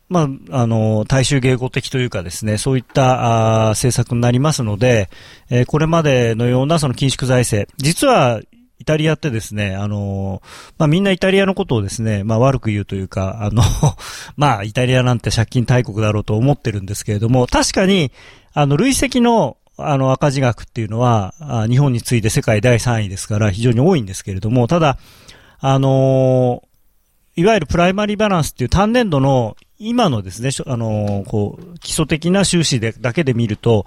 S7: まあ、あの、大衆迎合的というかですね、そういったあー政策になりますので、えーこれまでのようなその緊縮財政、実は、イタリアってですね、あのまあ、みんなイタリアのことをですね、まあ、悪く言うというか、あの、 まあ、イタリアなんて借金大国だろうと思ってるんですけれども、確かに、あの、累積の、あの、赤字額っていうのは、あ日本に次いで世界第3位ですから、非常に多いんですけれども、ただ、あのいわゆるプライマリーバランスっていう単年度の今のですね、しょあのーこう、基礎的な収支でだけで見ると、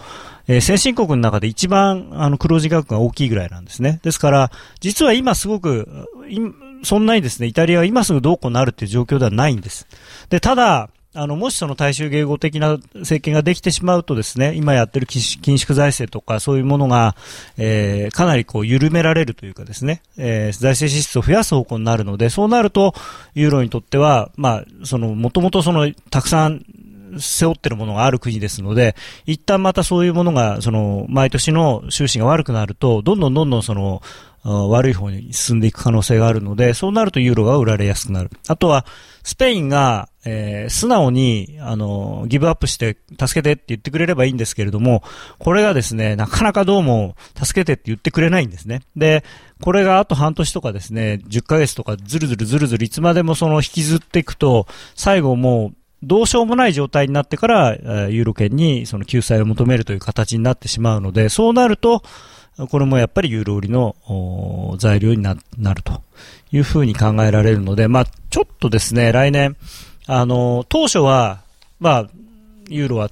S7: えー先進国の中で一番あの黒字額が大きいぐらいなんですね。ですから、実は今すごく、いそんなにですね、イタリアは今すぐどうこうなるっていう状況ではないんです。で、ただ、あの、もしその大衆迎合的な政権ができてしまうとですね、今やってる緊縮緊縮財政とかそういうものが、えーかなりこう緩められるというかですね、えー財政支出を増やす方向になるので、そうなると、ユーロにとっては、まあ、その、もともとその、たくさん、背負ってるものがある国ですので、一旦またそういうものが、その、毎年の収支が悪くなると、どんどんどんどんその、あ悪い方に進んでいく可能性があるので、そうなるとユーロが売られやすくなる。あとは、スペインが、えー素直に、あの、ギブアップして、助けてって言ってくれればいいんですけれども、これがですね、なかなかどうも、助けてって言ってくれないんですね。で、これがあと半年とかですね、10ヶ月とか、ずるずるずるずる、いつまでもその引きずっていくと、最後もう、どうしようもない状態になってから、えーユーロ圏にその救済を求めるという形になってしまうので、そうなると、これもやっぱりユーロ売りのおー材料にななるというふうに考えられるので、まあ、ちょっとですね、来年、あの、当初は、まあ、ユーロは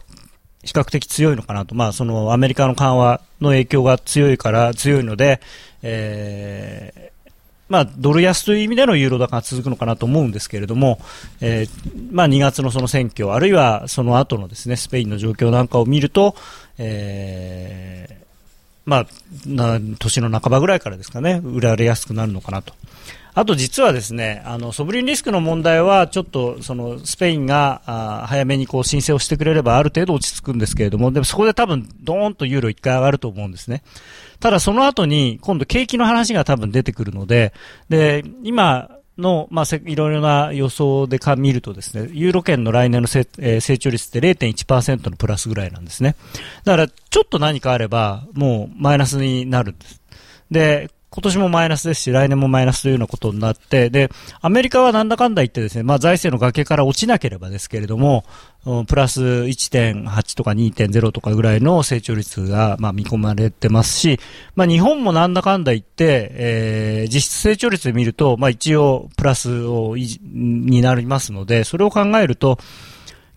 S7: 比較的強いのかなと、まあ、そのアメリカの緩和の影響が強いから、強いので、えーまあ、ドル安という意味でのユーロ高が続くのかなと思うんですけれども、えーまあ、2月のその選挙、あるいはその後のですね、スペインの状況なんかを見ると、えーまあ、な年の半ばぐらいからですかね、売られやすくなるのかなと。あと実はですね、あの、ソブリンリスクの問題は、ちょっと、その、スペインが、あー早めにこう、申請をしてくれれば、ある程度落ち着くんですけれども、でもそこで多分、ドーンとユーロ一回上がると思うんですね。ただ、その後に、今度、景気の話が多分出てくるので、で、今、の、まあ、せいろいろな予想でか見るとですね、ユーロ圏の来年のせ、えー成長率って0.1%のプラスぐらいなんですね。だから、ちょっと何かあれば、もうマイナスになるんです。で、今年もマイナスですし、来年もマイナスというようなことになって、で、アメリカはなんだかんだ言ってですね、まあ財政の崖から落ちなければですけれども、うんプラス1.8とか2.0とかぐらいの成長率が、まあ、見込まれてますし、まあ、日本もなんだかんだ言って、えー実質成長率で見ると、まあ、一応プラスを維持になりますので、それを考えると、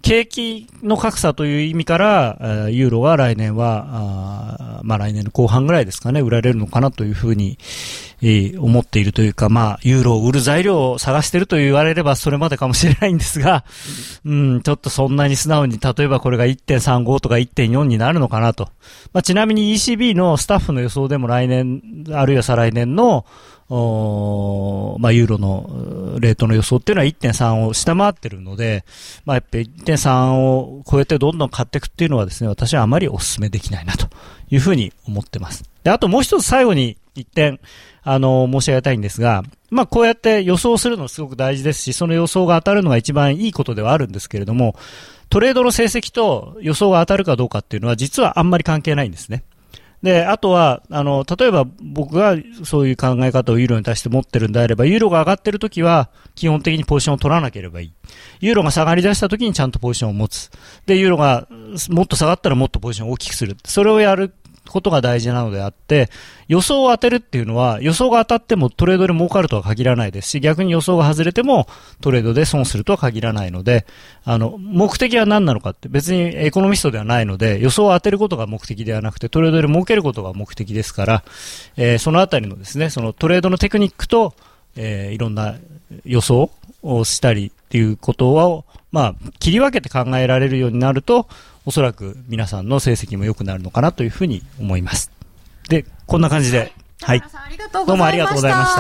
S7: 景気の格差という意味から、えーユーロは来年は、あーまあ来年の後半ぐらいですかね、売られるのかなというふうに、えー思っているというか、まあ、ユーロを売る材料を探してると言われればそれまでかもしれないんですが、うん、ちょっとそんなに素直に、例えばこれが1.35とか1.4になるのかなと。まあ、ちなみに ECB のスタッフの予想でも来年、あるいは再来年の、おーまあ、ユーロのうーレートの予想っていうのは1.3を下回ってるので、まあ、やっぱり1.3を超えてどんどん買っていくっていうのはですね、私はあまりお勧めできないなというふうに思ってます。で、あともう一つ最後に一点、あの、申し上げたいんですが、まあ、こうやって予想するのすごく大事ですし、その予想が当たるのが一番いいことではあるんですけれども、トレードの成績と予想が当たるかどうかっていうのは実はあんまり関係ないんですね。で、あとは、あの、例えば僕がそういう考え方をユーロに対して持ってるんであれば、ユーロが上がってる時は基本的にポジションを取らなければいい。ユーロが下がり出した時にちゃんとポジションを持つ。で、ユーロがもっと下がったらもっとポジションを大きくする。それをやることが大事なのであって、予想を当てるっていうのは、予想が当たってもトレードで儲かるとは限らないですし、逆に予想が外れてもトレードで損するとは限らないので、あの、目的は何なのかって、別にエコノミストではないので、予想を当てることが目的ではなくて、トレードで儲けることが目的ですから、えーそのあたりのですね、そのトレードのテクニックと、えーいろんな予想をしたりっていうことを、まあ、切り分けて考えられるようになると、おそらく皆さんの成績も良くなるのかなというふうに思います。で、こんな感じで。はい。
S4: 田村さんありがとう
S7: ど
S4: ご
S7: うもあ
S4: ざ
S7: り
S4: い
S7: が
S4: ま
S7: とうご
S4: し。
S7: ざいまし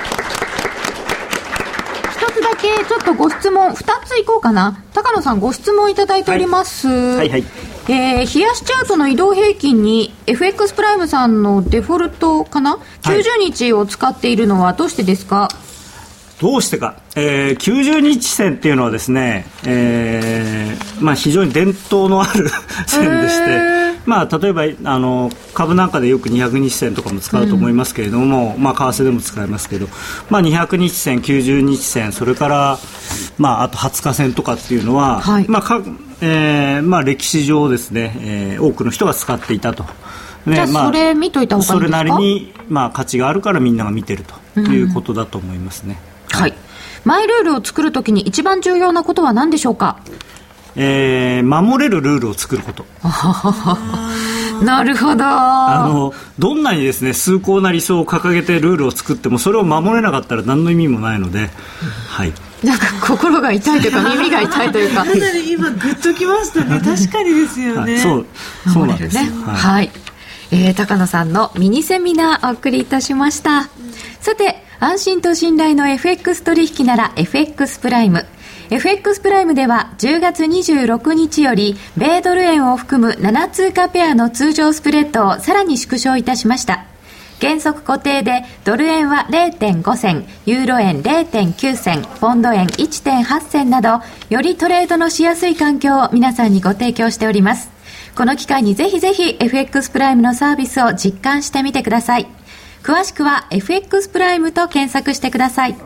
S7: た
S4: 一つだけちょっとご質問、二ついこうかな。高野さんご質問いただいております。
S3: はいはい
S4: えー、冷やしチャートの移動平均に FX プライムさんのデフォルトかな、
S3: はい
S4: ?90 日を使っているのはどうしてですか
S3: どうしてか、えー90日線っていうのはですね、えーまあ、非常に伝統のある 線でして、まあ、例えばあの株なんかでよく200日線とかも使うと思いますけれども、まあ、為替でも使えますけど、まあ、200日線、90日線それから、まあ、あと20日線とかっていうのは、
S4: はい
S3: まあかえーまあ、歴史上ですね、えー多くの人が使っていたと。ね
S4: じゃあ
S3: ま
S4: それ見といた方がい
S3: そ
S4: いんで
S3: れ
S4: すか
S3: なりに、まあ、価値があるからみんなが見てるということだと思いますね。
S4: はい。マイルールを作るときに一番重要なことは何でしょうか
S3: えー守れるルールを作ること
S4: なるほど。
S3: あのどんなにですね崇高な理想を掲げてルールを作ってもそれを守れなかったら何の意味もないので、はい、
S4: なんか心が痛いというか耳が痛いという
S1: か
S4: か。
S1: なり今グッときましたね確かにですよ
S3: は
S1: ね
S3: い、そうそうなんですよ、
S4: ね
S3: はい
S4: はい、えー高野さんのミニセミナーお送りいたしましたさて安心と信頼の FX 取引なら FX プライム FX プライムでは10月26日より米ドル円を含む7通貨ペアの通常スプレッドをさらに縮小いたしました原則固定でドル円は0.5銭ユーロ円0.9銭ポンド円1.8銭などよりトレードのしやすい環境を皆さんにご提供しておりますこの機会にぜひぜひ FX プライムのサービスを実感してみてください詳しくは FX プライムと検索してください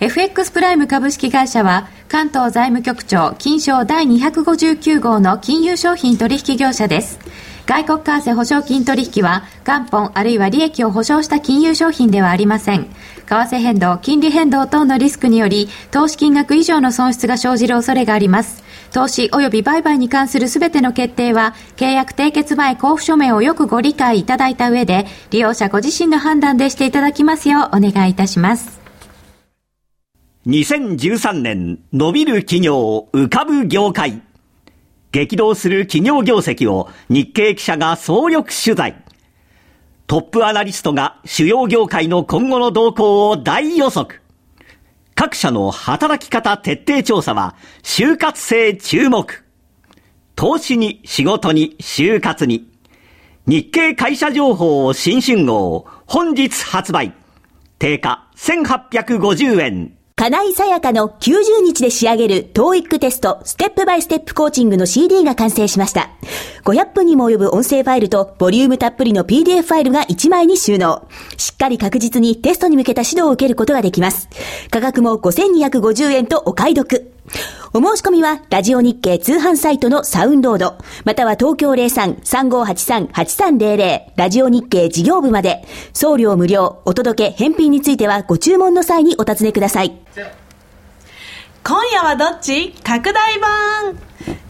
S4: FX プライム株式会社は関東財務局長金賞第259号の金融商品取引業者です外国為替保証金取引は元本あるいは利益を保証した金融商品ではありません為替変動金利変動等のリスクにより投資金額以上の損失が生じる恐れがあります投資及び売買に関するすべての決定は契約締結前交付書面をよくご理解いただいた上で利用者ご自身の判断でしていただきますようお願いいたします
S10: 2013年、伸びる企業、浮かぶ業界。激動する企業業績を日経記者が総力取材。トップアナリストが主要業界の今後の動向を大予測。各社の働き方徹底調査は、就活生注目。投資に仕事に就活に。日経会社情報新春号、本日発売。定価1850円。
S11: 金井さやかの90日で仕上げる TOEIC テストステップバイステップコーチングの CD が完成しました。500分にも及ぶ音声ファイルとボリュームたっぷりの PDF ファイルが1枚に収納。しっかり確実にテストに向けた指導を受けることができます。価格も5250円とお買い得。お申し込みは、ラジオ日経通販サイトのサウンロード、または東京03-3583-8300、ラジオ日経事業部まで、送料無料、お届け、返品についてはご注文の際にお尋ねください。
S1: 今夜はどっち拡大版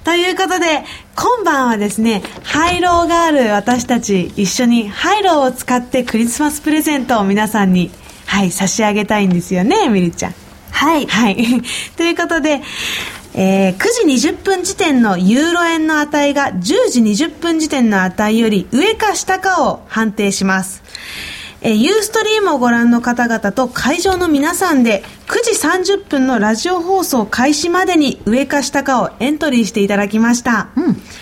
S1: ということで今晩はですねハイローガール私たち一緒にハイローを使ってクリスマスプレゼントを皆さんに、はい、差し上げたいんですよねみりちゃん
S2: はい。
S1: はい。 ということで、えー9時20分時点のユーロ円の値が10時20分時点の値より上か下かを判定します。えーユーストリームをご覧の方々と会場の皆さんで9時30分のラジオ放送開始までに上か下かをエントリーしていただきました、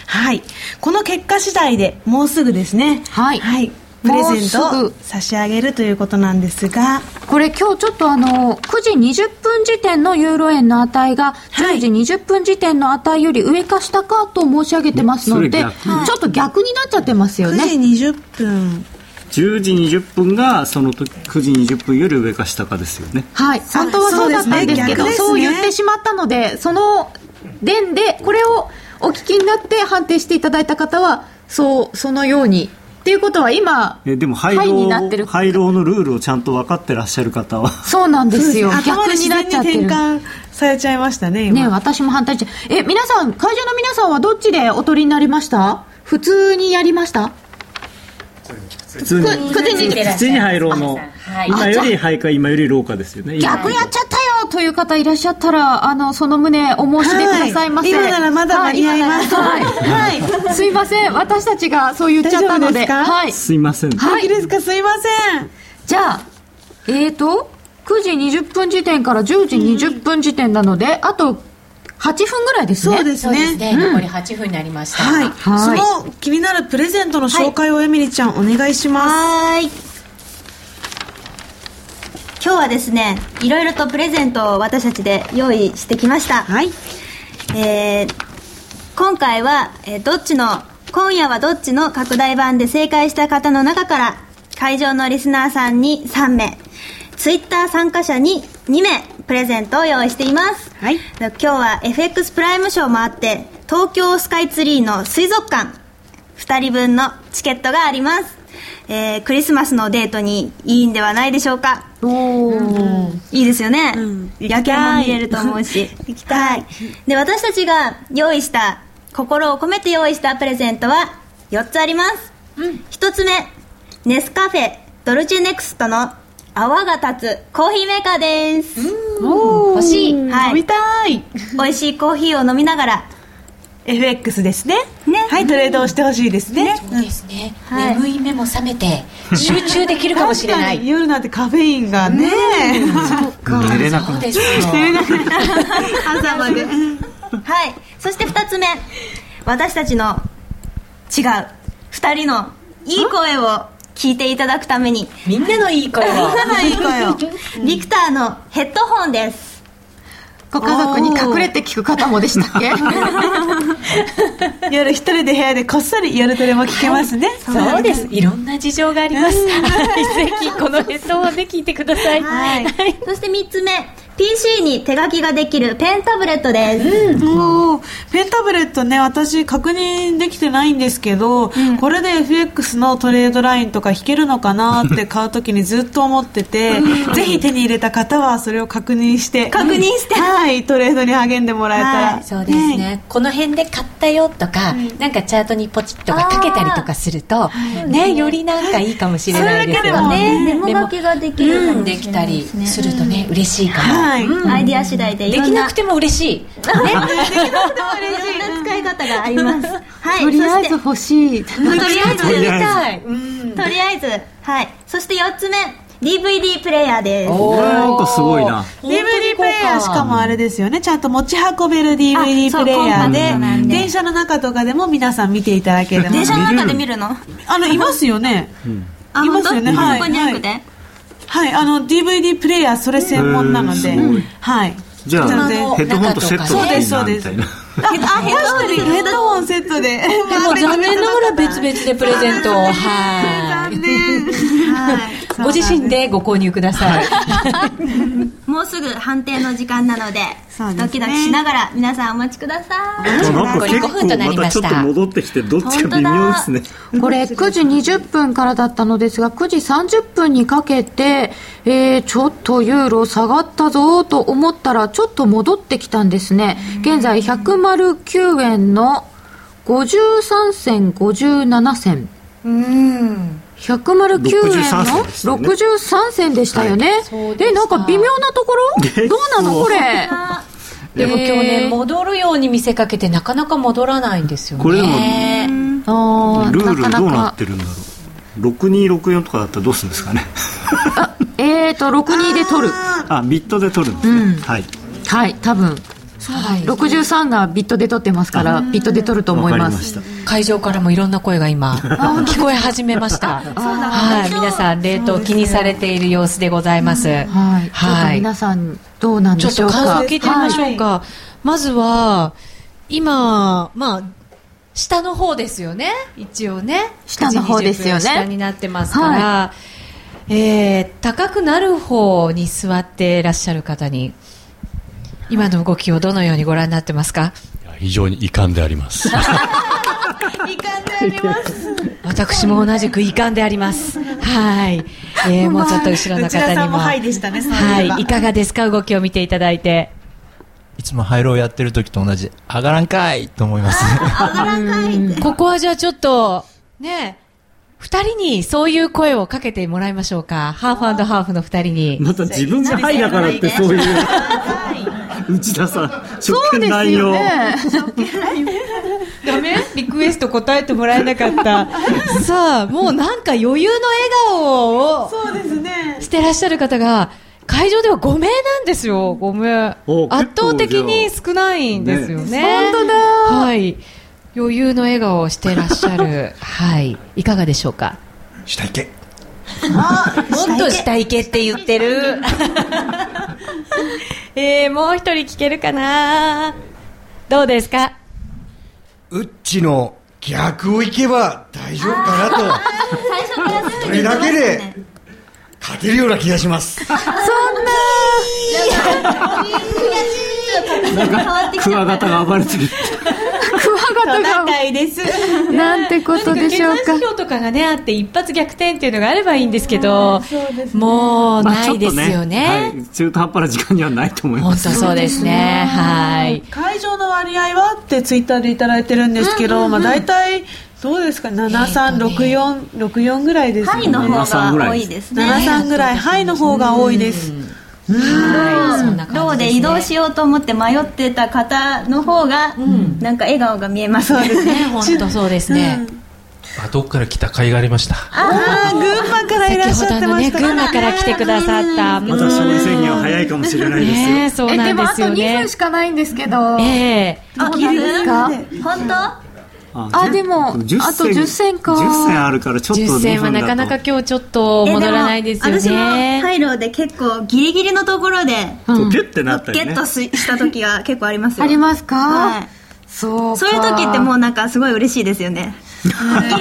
S1: はいこの結果次第でもうすぐですね
S4: はい
S1: プレゼン
S4: も
S1: ト
S4: うす
S1: を
S4: ぐ
S1: 差し上げるということなんですが
S4: これ今日ちょっとあの9時20分時点のユーロ円の値が
S1: い
S4: 10時20分時点の値より上か下かと申し上げてますので、
S3: ねそれ
S4: ちょっと逆になっちゃってますよ
S1: 9
S4: ね。
S1: 時20分
S3: 10時20分がその時9時20分より上か下かですよね
S4: はい、本当はそうだったんですけど、そう
S1: そうですね
S4: 言ってしまったので、その伝で、これをお聞きになって判定していただいた方は、そう、そのように。っていうことは今、
S3: えでも
S4: ハ
S3: 廃
S4: イ
S3: 炉
S4: になってる。
S3: 廃炉のルールをちゃんと分かってらっしゃる方は
S4: そうなんですよ。
S1: 頭
S4: 逆
S1: で
S4: に
S1: 自
S4: なっ
S1: 然
S4: ちゃっ
S1: に
S4: て
S1: 転
S4: る。
S1: 換されちゃいましたね
S4: ね
S1: 今
S4: 私も反対して。え、皆さん、会場の皆さんはどっちでお取りになりました普通にやりました
S3: 普通に
S4: く時に
S3: 普通に廃炉の今より廃か今より老化ですよね
S4: 逆やっちゃったよという方いらっしゃったら、あの、その旨お申し出くださいませ。
S1: はい今ならまだ間に合います
S4: はい今ならはいはい。すいません。私たちがそう言っちゃった
S1: 大丈
S4: ので。
S1: 夫ですか
S4: はい。
S3: すいません
S1: はい
S4: はい
S1: いいですかすいません
S4: じゃあ、えーと、9時20分時点から10時20分時点なので、あと8分ぐらいですね。。
S1: そうですす
S5: そうです
S1: ね
S5: ね、残り8分になりました、
S1: はい、
S4: はい
S1: その気になるプレゼントの紹介をエミリちゃんお願いしま
S2: はーい。今日はですね、いろいろとプレゼントを私たちで用意してきました。
S1: すはい
S2: えー今回は、えーどっちの、今夜はどっちの拡大版で正解した方の中から、会場のリスナーさんに3名、ツイッター参加者に2名、プレゼントを用意しています。
S1: はい
S2: 今日は FX プライムショーもあって、東京スカイツリーの水族館、2人分のチケットがあります。えークリスマスのデートにいいんではないでしょうか。いいですよね、
S1: うん
S2: 夜景も見れると思うし行きたい、 で私たちが用意した心を込めて用意したプレゼントは4つあります、1つ目ネスカフェドルチェネクストの泡が立つコーヒーメーカーです、
S5: 欲しい
S2: はい
S1: 飲みたい
S2: 美味しいコーヒーを飲みながら
S1: FX ですね
S2: ね
S1: はい トレードをしてほしいですね
S5: そうですね、
S2: はい
S5: 眠い目も覚めて集中できるかもしれな
S1: 確かに
S5: い
S1: 夜なんてカフェインがね
S3: 寝れなく
S5: そ
S3: な
S5: う
S3: る
S5: ですよ
S1: 朝まで
S2: はいそして2つ目私たちの違う2人のいい声を聞いていただくために
S5: みんなのいい声を
S2: いい声をビクターのヘッドホンです
S4: ご家族に隠れて聞く方もでしたっけ
S1: 夜一人で部屋でこっそり夜トレも聞けますね
S5: そうですいろんな事情があります、 はい、ぜひこのヘッドホンで聞いてください、
S2: はい
S5: はい、
S2: そして3つ目 PC に手書きができるペンタブレットです、
S1: おーペンタブレットね私確認できてないんですけど、これで FX のトレードラインとか引けるのかなって買う時にずっと思ってて、ぜひ手に入れた方はそれを確認して
S2: 確認して
S1: はいトレードに励んでもらえたら、
S2: はい
S5: そうですねこの辺で買ったよとか、なんかチャートにポチッとかかけたりとかするとねよりなんかいいかもしれないですよ
S2: ねメモ書きができるかもしれない
S5: うんできたりするとね嬉しいかも、
S1: はい、
S2: アイディア次第でい
S5: で
S2: ろ
S5: き
S2: んな
S5: なくても嬉し い
S2: いろんな使い方がありますはい
S4: とりあえ
S2: そ
S4: ず
S2: して
S4: 欲しい。
S2: とりあえず
S3: とりあえず
S5: はい、うん
S2: とりあえずはいそして4つ目 DVD プレイヤーです
S5: おー
S3: なんかすごいな
S1: DVD プレイヤーしかもあれですよねちゃんと持ち運べる DVD
S2: あそう
S1: プレイヤ
S2: コンパクトな
S1: ーで
S2: んで
S1: 電車の中とかでも皆さん見ていただければ
S2: 電車の中で見るの
S1: あのいますよね、
S2: あ
S1: いま
S2: 本当
S1: すよね
S2: そ
S1: はい
S2: こにあるで、
S1: はい、あの DVD プレイヤーそれ専門なので、
S3: へーすごい
S1: はい。
S3: じゃ
S1: な
S3: あ
S1: ので
S3: ヘッドホンとセットでいいなみたいな
S1: あ、ヘッドホンヘッドホンセットで。
S5: でも残念ながら別々でプレゼントを。は
S1: 残念。はい
S5: い。ご自身。でご購入ください。
S2: もうすぐ判定の時間なので
S1: そうですね
S2: ドキドキしながら皆さんお待ちくださ い
S3: なんか結
S5: 残り5分とな
S3: 構
S5: り
S3: ま
S5: ま
S3: たち
S5: し
S3: ょったと戻ってきてどっちか微妙ですね
S4: これ9時20分からだったのですが9時30分にかけて、えーちょっとユーロ下がったぞと思ったらちょっと戻ってきたんですね現在109円の53銭57銭109円の63銭でしたよね、
S5: そうでした
S4: えなんか微妙なところどうなのこれ
S5: でも
S4: えー
S5: 去年戻るように見せかけてなかなか戻らないんですよね。
S3: これでも
S4: あー
S3: ルール
S4: なか
S3: どうな
S4: な
S3: っ
S4: か
S3: てるんだろう6264とかだったらどうするんですかね
S4: えーと62で取る
S3: あビットで取るんですね、はい
S4: はい多分
S5: はい
S4: 63がビットで取ってますからビットで取ると思
S3: わか
S4: い
S3: り
S4: ま
S3: ますした
S5: 会場からもいろんな声が今聞こえ始めました。はい、皆さん冷凍気にされている様子でございます。
S4: はい、ちょっと
S5: はい。
S4: 皆さんどうなん
S5: ち
S4: で
S5: ょっ
S4: しょう
S5: と感
S4: か
S5: 想聞いてみましょうか。まずは今まあ下の方ですよね。一応ね。
S4: 下の方ですよね
S5: 9時20分下になってますから。えー高くなる方に座っていらっしゃる方に今の動きをどのようにご覧になってますか
S12: 非常に遺憾であります。
S5: 私も同じく遺憾であります。はい。えー、もうちょっと後ろの
S1: 内田
S5: 方
S1: さ
S5: に
S1: ん
S5: も。
S1: もはいでしたね。そうえば
S5: はい。いかがですか動きを見ていただいて。
S12: いつも廃炉をやってる時と同じ、上がらんかいと思い ます。
S5: ここはじゃあちょっと、ねえ、二人にそういう声をかけてもらいましょうか。ハーフハーフの二人に。
S3: また自分が「はい」だからってそういう内田さん職権乱用、
S5: ダメリクエスト答えてもらえなか った。さあ、もうなんか余裕の笑顔を
S1: そうですね。
S5: してらっしゃる方が、会場では5名なんですよ、5名
S3: お。
S5: 圧倒的に少ないんですよね。はい。余裕の笑顔をしてらっしゃ る。はい。いかがでしょうか
S12: 下行け。
S5: もっと下行けって言ってる。 えー、もう一人聞けるかなどうですか
S12: うっちの逆を行けば大丈夫かな
S2: 最初から全部
S12: と、それだけで勝てるような気がします。
S2: 変わってき
S3: ク
S2: ちゃ
S3: ワ
S2: っ
S3: ガタが暴れてる
S4: クワガタが
S1: 仲いいです。
S4: なんてことでしょうか
S5: 決算指標とかがねあって一発逆転っていうのがあればいいんですけど、もうないですよね。
S3: はい、中途半端な時間にはないと思い
S5: 本
S3: ま
S5: 当
S3: す
S5: そうですね。はい。
S1: 会場の割合はってツイッターでいただいてるんですけど、まあ大体どうですか、七三六四六四ぐらいです
S2: た
S1: か
S2: 範
S1: ね。
S2: 囲の方が多いですね
S1: 七三ぐらい、はいの方が多いです。
S5: はい。そんな
S2: ロー
S5: 感
S2: で
S5: じです、ね。
S2: 移動しようと思って迷ってた方の方が、なんか笑顔が見えますね
S5: ね、本当そうですね。
S6: あ、どっから来た甲斐がありました。
S1: ああ、群馬からいらっ
S5: 先
S1: し
S5: ほ
S1: ゃっ
S5: ど
S1: て
S5: の
S1: ま
S5: ね、
S1: した
S5: 群馬から来てくださった。
S3: まだ勝利宣言は早いかもしれないですよ、
S5: ね、そうなんですよ
S4: えでもあと2
S5: ね
S4: 分。しかないんですけど、
S5: ええ
S2: あ
S4: どうなんですか
S2: 本当
S4: あでもあと10銭か
S3: 10銭あるからちょっと
S5: 10
S3: 2
S5: 銭は
S3: 分だと
S5: なかなか今日ちょっと戻らないですよ
S2: えでも私も
S5: ね。
S2: ハイローで結構ギリギリのところで
S3: そうピュッてなった
S2: ゲ
S3: り
S2: ッ
S3: ね
S2: トしした時が結構ありますよ
S4: ありますか、
S2: はい
S4: そうか
S2: そういう時ってもうなんかすごい嬉しいですよねギ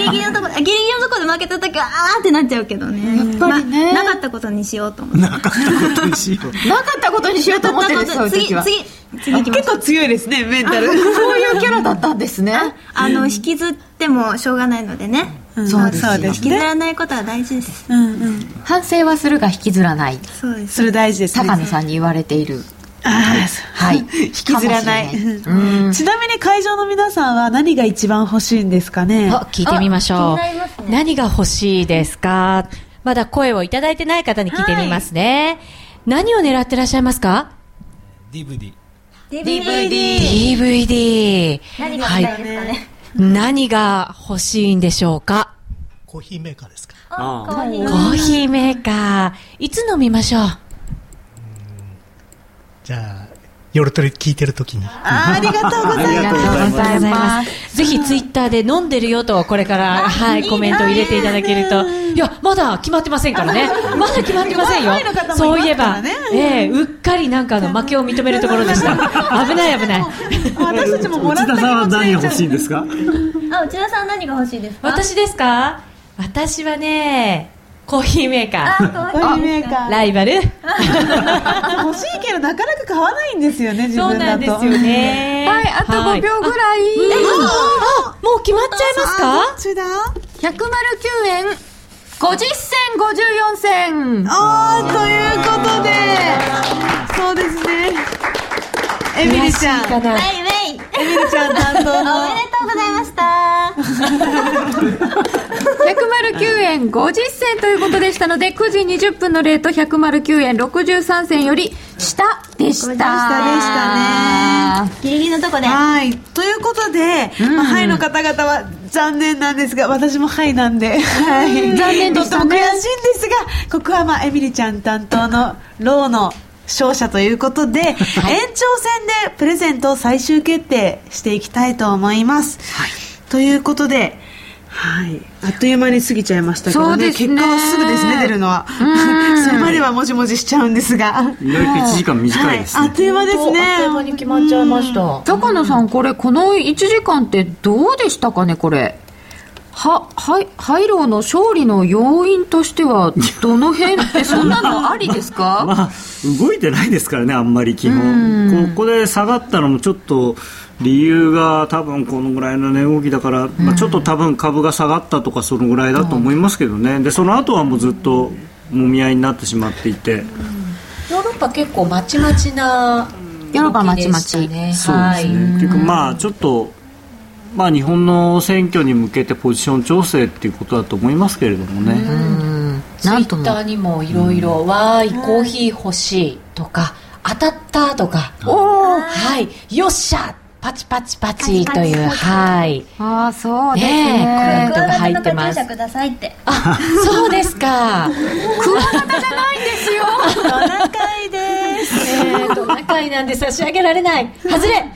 S2: リギリのとこあギリギリのところで負けた時はあーってなっちゃうけどねやっ
S4: ぱりね
S2: なかったことにしようと思って
S3: なかったことにしよう
S4: なかったことにしようと思ってるそういう
S2: 次
S4: 時は
S2: 次次行きま
S1: 結
S2: す
S1: 構強いですね、メンタル。
S4: そういうキャラだったんですね
S2: あの引きずってもしょうがないのでね、
S1: うんそうですね
S2: 引きずらないことは大事です
S1: うんうん。
S4: 反省はするが引きずらない
S2: そうです
S1: それ大事ですね。
S4: 坂野さんに言われている
S1: ああ、そう
S4: はい
S1: 引きずらない。
S4: かもしれ
S1: うんちなみに会場の皆さんは何が一番欲しいんですかね。
S5: あ聞いてみましょう、何が欲しいですかまだ声をいただいてない方に聞いてみますね、何を狙ってらっしゃいますか
S12: DVD。
S5: DVD
S2: 何がしたいですかね、
S5: 何が欲しいんでしょうか
S12: コーヒーメーカーですか
S3: あ
S2: コーヒ
S5: コ
S2: ー
S5: ーヒーメーカーいつ飲みましょう
S12: じゃあ、
S6: 夜トレ聞いてるときに。
S1: ありがとうございます。
S5: ありがとうございます。ぜひツイッターで飲んでるよと、これから、はい、コメントを入れていただけると。いや、まだ決まってませんから ね。まだ決まってませんよ
S1: 前の方もいま。す
S5: そういえ
S1: から
S5: ば
S1: ね、
S5: ええ、うっかりなんかあの負けを認めるところでした。危ない危 ない。
S1: 私たちももらっ
S7: 内田さんは何が欲しいんですか
S2: あ内田さん何が欲しいですか
S5: 私ですか私はね、コーヒーメーカ
S1: たコーヒーメーカ
S5: ー。
S1: ー
S5: ライバル
S1: 欲しいけどなかなか買わないんですよね自
S5: そう
S1: 分
S5: な
S1: だと
S5: んですよね。
S4: はい、あと5秒ぐらい。
S5: あ、もう決まっちゃいます
S1: あ
S5: か
S1: どっちだ
S4: 109円、50銭、54銭。
S1: あーということでそうですねエミリちゃん
S5: かな
S2: はいウェイ
S1: エミリちゃん担当の
S2: おめでとうございました
S4: 109円50銭ということでしたので、9時20分のレート109円63銭より下でし
S2: 下
S4: た。
S2: でしたギリギリのとこで
S1: はいということで、まあ、ハイの方々は残念なんですが私もハイなんで、 はい、
S4: 残念でし
S1: とっても
S4: たね
S1: 悔しいんですがここはまあエミリちゃん担当のローの勝者ということで、延長戦でプレゼントを最終決定していきたいと思います、ということではい、あっという間に過ぎちゃいましたけど
S4: そう
S1: ね
S4: ですね
S1: 結果はすぐですね出るのは それまではもじもじしちゃうんですが
S7: 意外と1時間短いですね、
S1: はい、あっという間ですね
S5: に決まっちゃいました。
S4: 高野さん、これ、この1時間ってどうでしたかね、これ。は、はい、ハイローの勝利の要因としては、どの辺って、そんなのありですか
S7: まあ、動いてないですからね、あんまり基本、ここで下がったのもちょっと理由が多分このぐらいの値動きだから、まあ、ちょっと多分株が下がったとかそのぐらいだと思いますけどね、でその後はもうずっともみ合いになってしまっていて、
S5: ヨーロッパ結構まちまちな
S4: ヨーロッパまちま
S5: 動
S4: ち
S5: きでし
S7: そ
S5: た
S7: う
S5: ね。
S7: ですね。っていうか、まあ、ちょっと、まあ、日本の選挙に向けてポジション調整っていうことだと思いますけれどもね。
S5: ツイ
S4: なんと
S5: ッ
S4: も
S5: ターにもいろいろ「わーいコーヒー欲しい」とか「当たった」とか「おはいよっしゃパチパチパチ」というはい
S4: ああ、そうです
S5: ねえ
S4: ね
S5: こ。れ入って
S2: クワ
S5: ま
S2: ガタのカチュー
S5: す
S2: シャくださいって
S5: あそうですか
S4: クワガタじゃないんですよ。
S2: トナカイです
S5: えーと仲いいなんで差し上げられない外れ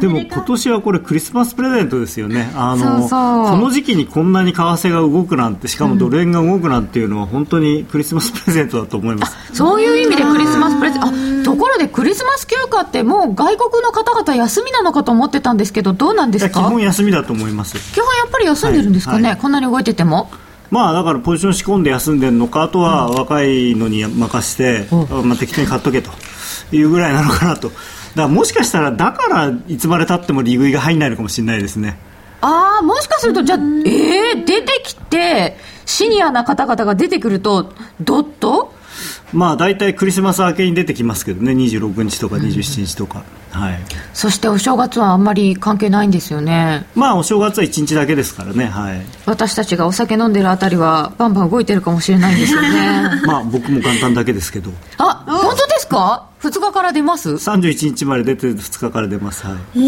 S7: でも今年はこれクリスマスプレゼントですよねあの
S4: そうそ
S7: こ
S4: う
S7: の時期にこんなに為替が動くなんてしかもドル円が動くなんていうのは本当にクリスマスプレゼントだと思います
S4: そういう意味でクリスマスプレゼント、あところでクリスマス休暇って、もう外国の方々、休みなのかと思ってたんですけど、どうなんで
S7: いや
S4: す
S7: 基
S4: か基本
S7: 本休みだと思います
S4: やっぱり休んでるんですかね、
S7: はいはい
S4: こんなに動いてても。
S7: まあだからポジション仕込んで休んでるのかあとは若いのに任して、まあ、適当に買っとけというぐらいなのかなとだからもしかしたらだからいつまでたっても利食いが入んないのかもしれないですね
S4: ああ、もしかすると、じゃあ、えー、出てきて、シニアな方々が出てくると、どっと
S7: まあ大体クリスマス明けに出てきますけどね26日とか27日とか、はい
S4: そしてお正月はあんまり関係ないんですよね。
S7: まあお正月は1日だけですからねはい。
S4: 私たちがお酒飲んでるあたりは、バンバン動いてるかもしれないんですよね
S7: まあ僕も簡単だけですけど
S4: あ、本当ですか ?2 日から出ます
S7: 31日まで出て2日から出ます、はい、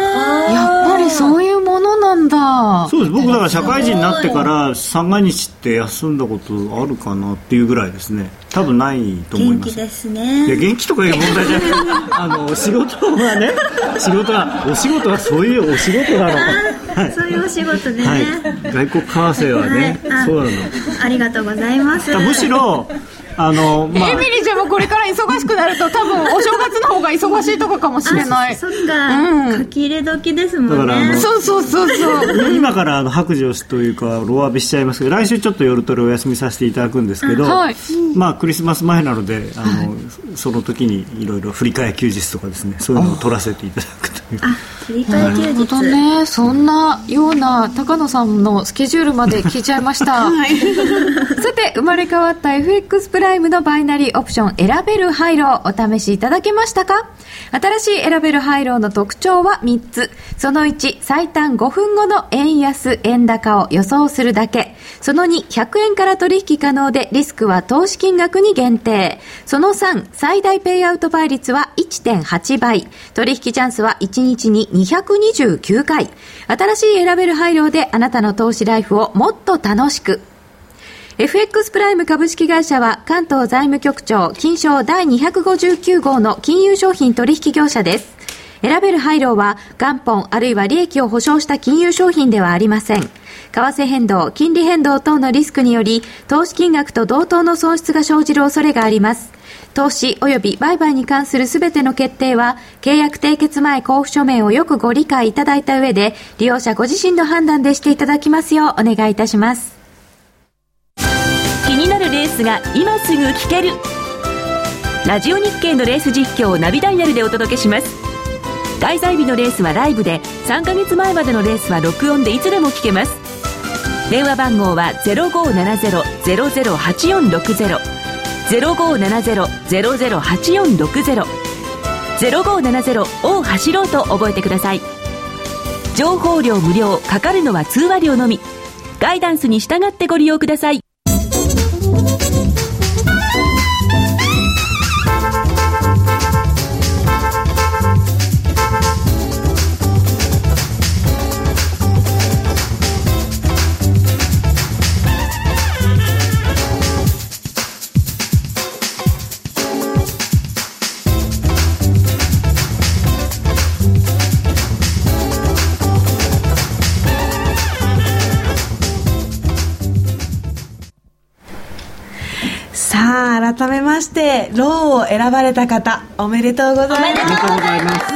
S4: やっぱりそういうものなんだ。
S7: そうです僕だから社会人になってから三が日って休んだことあるかなっていうぐらいですね多分ないと思い
S2: 元
S7: ま
S2: 気
S7: す
S2: です
S7: いや
S2: ね
S7: 元気とかいう問題じ ゃないあの仕事はね仕事はお仕事はそういうお仕事なのはい、
S2: そういうお仕事ね、
S7: はい、外国為替はね
S2: はいあ
S7: そうなのだ
S2: ありがとうございます
S7: からむしろあのまあ
S4: エミリーちゃんもこれから忙しくなると多分お正月の方が忙しいとかかもしれない
S2: そ
S4: そ
S2: っか、
S4: うん
S2: 書き入れ時ですも
S7: だ
S2: ん
S7: からあの
S2: ね
S4: うそう そうそう
S7: 今からあの白状しというかロアビしちゃいますけど来週ちょっと夜トレお休みさせていただくんですけど、
S4: はい
S7: まあ、クリスマス前なのであの、その時にいろいろ振り替え休日とかですねそういうのを取らせていただくという
S2: 切り替え休
S4: 本当
S2: 日、
S4: ねそんなような高野さんのスケジュールまで聞いちゃいま した、さて生まれ変わった FX プライムのバイナリーオプション選べるハイローお試しいただけましたか新しい選べるハイローの特徴は3つその1最短5分後の円安円高を予想するだけその2100円から取引可能でリスクは投資金額に限定その3最大ペイアウト倍率は1.8倍取引チャンスは1日に229回新しい選べる配慮であなたの投資ライフをもっと楽しく FX プライム株式会社は関東財務局長金賞第259号の金融商品取引業者です選べる配慮は元本あるいは利益を保証した金融商品ではありません為替変動金利変動等のリスクにより投資金額と同等の損失が生じる恐れがあります投資及び売買に関するすべての決定は契約締結前交付書面をよくご理解いただいた上で利用者ご自身の判断でしていただきますようお願いいたします
S11: 気になるレースが今すぐ聞けるラジオ日経のレース実況をナビダイヤルでお届けします開催日のレースはライブで3ヶ月前までのレースは録音でいつでも聞けます電話番号は0570-008460 0570-008460 0570を走ろうと覚えてください情報量無料かかるのは通話料のみガイダンスに従ってご利用ください
S1: さあ改めましてローを選ばれた方おめでとうございます
S2: おめでとうございます
S4: こ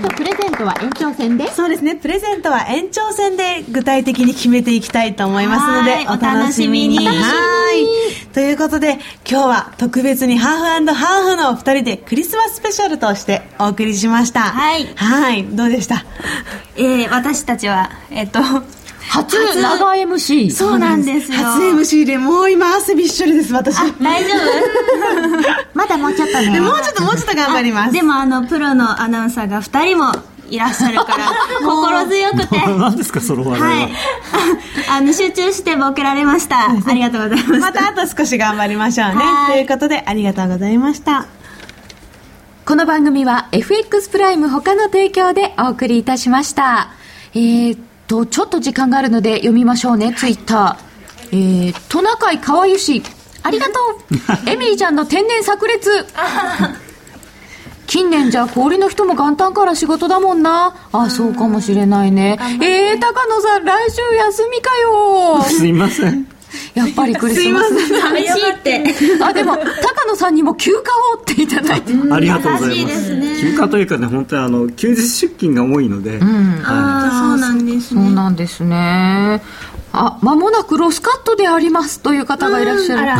S4: の後プレゼントは延長戦です
S1: そうですねプレゼントは延長戦で具体的に決めていきたいと思いますので
S2: は
S1: お
S2: い
S1: 楽しみに
S2: お楽しみに
S1: はいということで今日は特別にハーフハーフのお二人でクリスマススペシャルとしてお送りしました
S2: はい
S1: はいどうでした
S2: えー、私たちはえっと
S4: 初
S2: 初
S4: 長 MC
S2: そうなんですよ
S1: 初 MC でもう今汗びっしょりです私
S2: あ大丈夫まだもうちょっとね
S1: もうちょっともうちょっと頑張ります
S2: あでもあのプロのアナウンサーが2人もいらっしゃるから 心強くて
S3: 何ですかその話
S2: はいあの集中してボケられましたありがとうございま
S1: ま
S2: した
S1: たあと少し頑張りましょうね
S2: は
S1: と
S2: い
S1: いうことでありがとうございました
S4: この番組は FX プライム他の提供でお送りいたしました。えーっと、ちょっと時間があるので読みましょうね、ツイッター。えー、トナカイ川由し、ありがと うエミリーちゃんの天然炸裂近年じゃ氷の人も元旦から仕事だもんな。あ、そうかもしれないね。えー、高野さん、来週休みか よ
S3: すいません
S4: やっぱりクリスマス。
S2: 寂しいって
S4: あ、でも、高野さんにも休暇をっていただいて。
S3: ありがとうございま
S2: 優しい
S3: す
S2: です
S3: 休暇というかね本当にあの休日出勤が多いので、は
S2: あそうなんです
S4: そう
S2: ね
S4: なんですね。あ、まもなくロスカットでありますという方がいらっしゃる。
S2: うんあら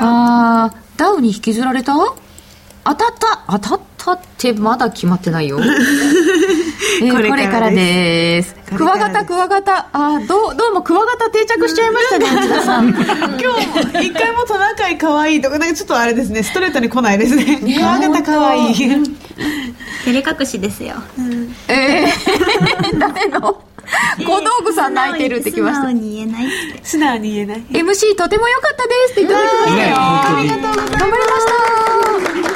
S4: あ あーダウに引きずられた当たった当たったってまだ決まってないよ。えー
S1: これ
S4: これ
S1: か
S4: かららです。
S1: これ
S4: ク
S1: からで
S4: ワ
S1: す
S4: ガタ、クワガタ。あーどう、どうもクワガタ定着しちゃいましたね、内田さん。
S1: 今日も一回もトナカイ可愛いとかなんかちょっとあれですねストレートに来ないですね クワガタ可愛い
S2: 照れ隠しですよ
S4: えー、 誰の小道具さん泣いてるってきまし
S2: 素
S4: た
S2: 直。に言えないって
S1: 素直に言えない
S4: MC とても良かったですっていただきましたよ。ありがとうございます。頑張りました。
S1: ありがとうございます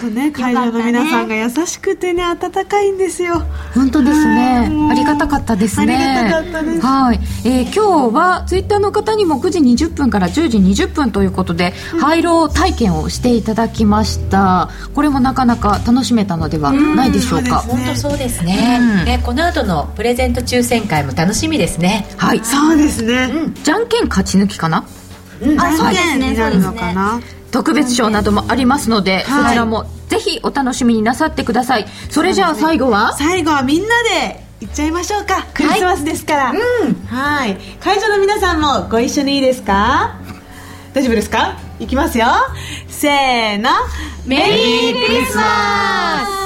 S1: 本当ね会場の皆さんが優しくてね温かいんですよ
S4: 本当ですね
S1: うん。
S4: ありがたかったですね。
S1: ありがたかったです
S4: はい。えー今日はツイッターの方にも9時20分から10時20分ということで、廃炉体験をしていただきました。これもなかなか楽しめたのではないでしょうか。
S1: そう
S5: 本
S1: で
S5: 当
S1: すね
S5: そうですね、ねこの後のプレゼント抽選会も楽しみですね
S4: はい。
S1: そうですね
S4: じゃんけん勝ち抜きかな
S2: あそうですね
S1: に
S2: そ
S1: な
S2: う
S1: る
S2: です
S1: のか
S2: ね
S1: な
S4: 特別賞などもありますので、そちらもぜひお楽しみになさってください。それじゃあ最後は
S1: 最後はみんなで行っちゃいましょうかクリスマスですからはい,、会場の皆さんもご一緒にいいですか大丈夫ですか行きますよせーのメリークリスマス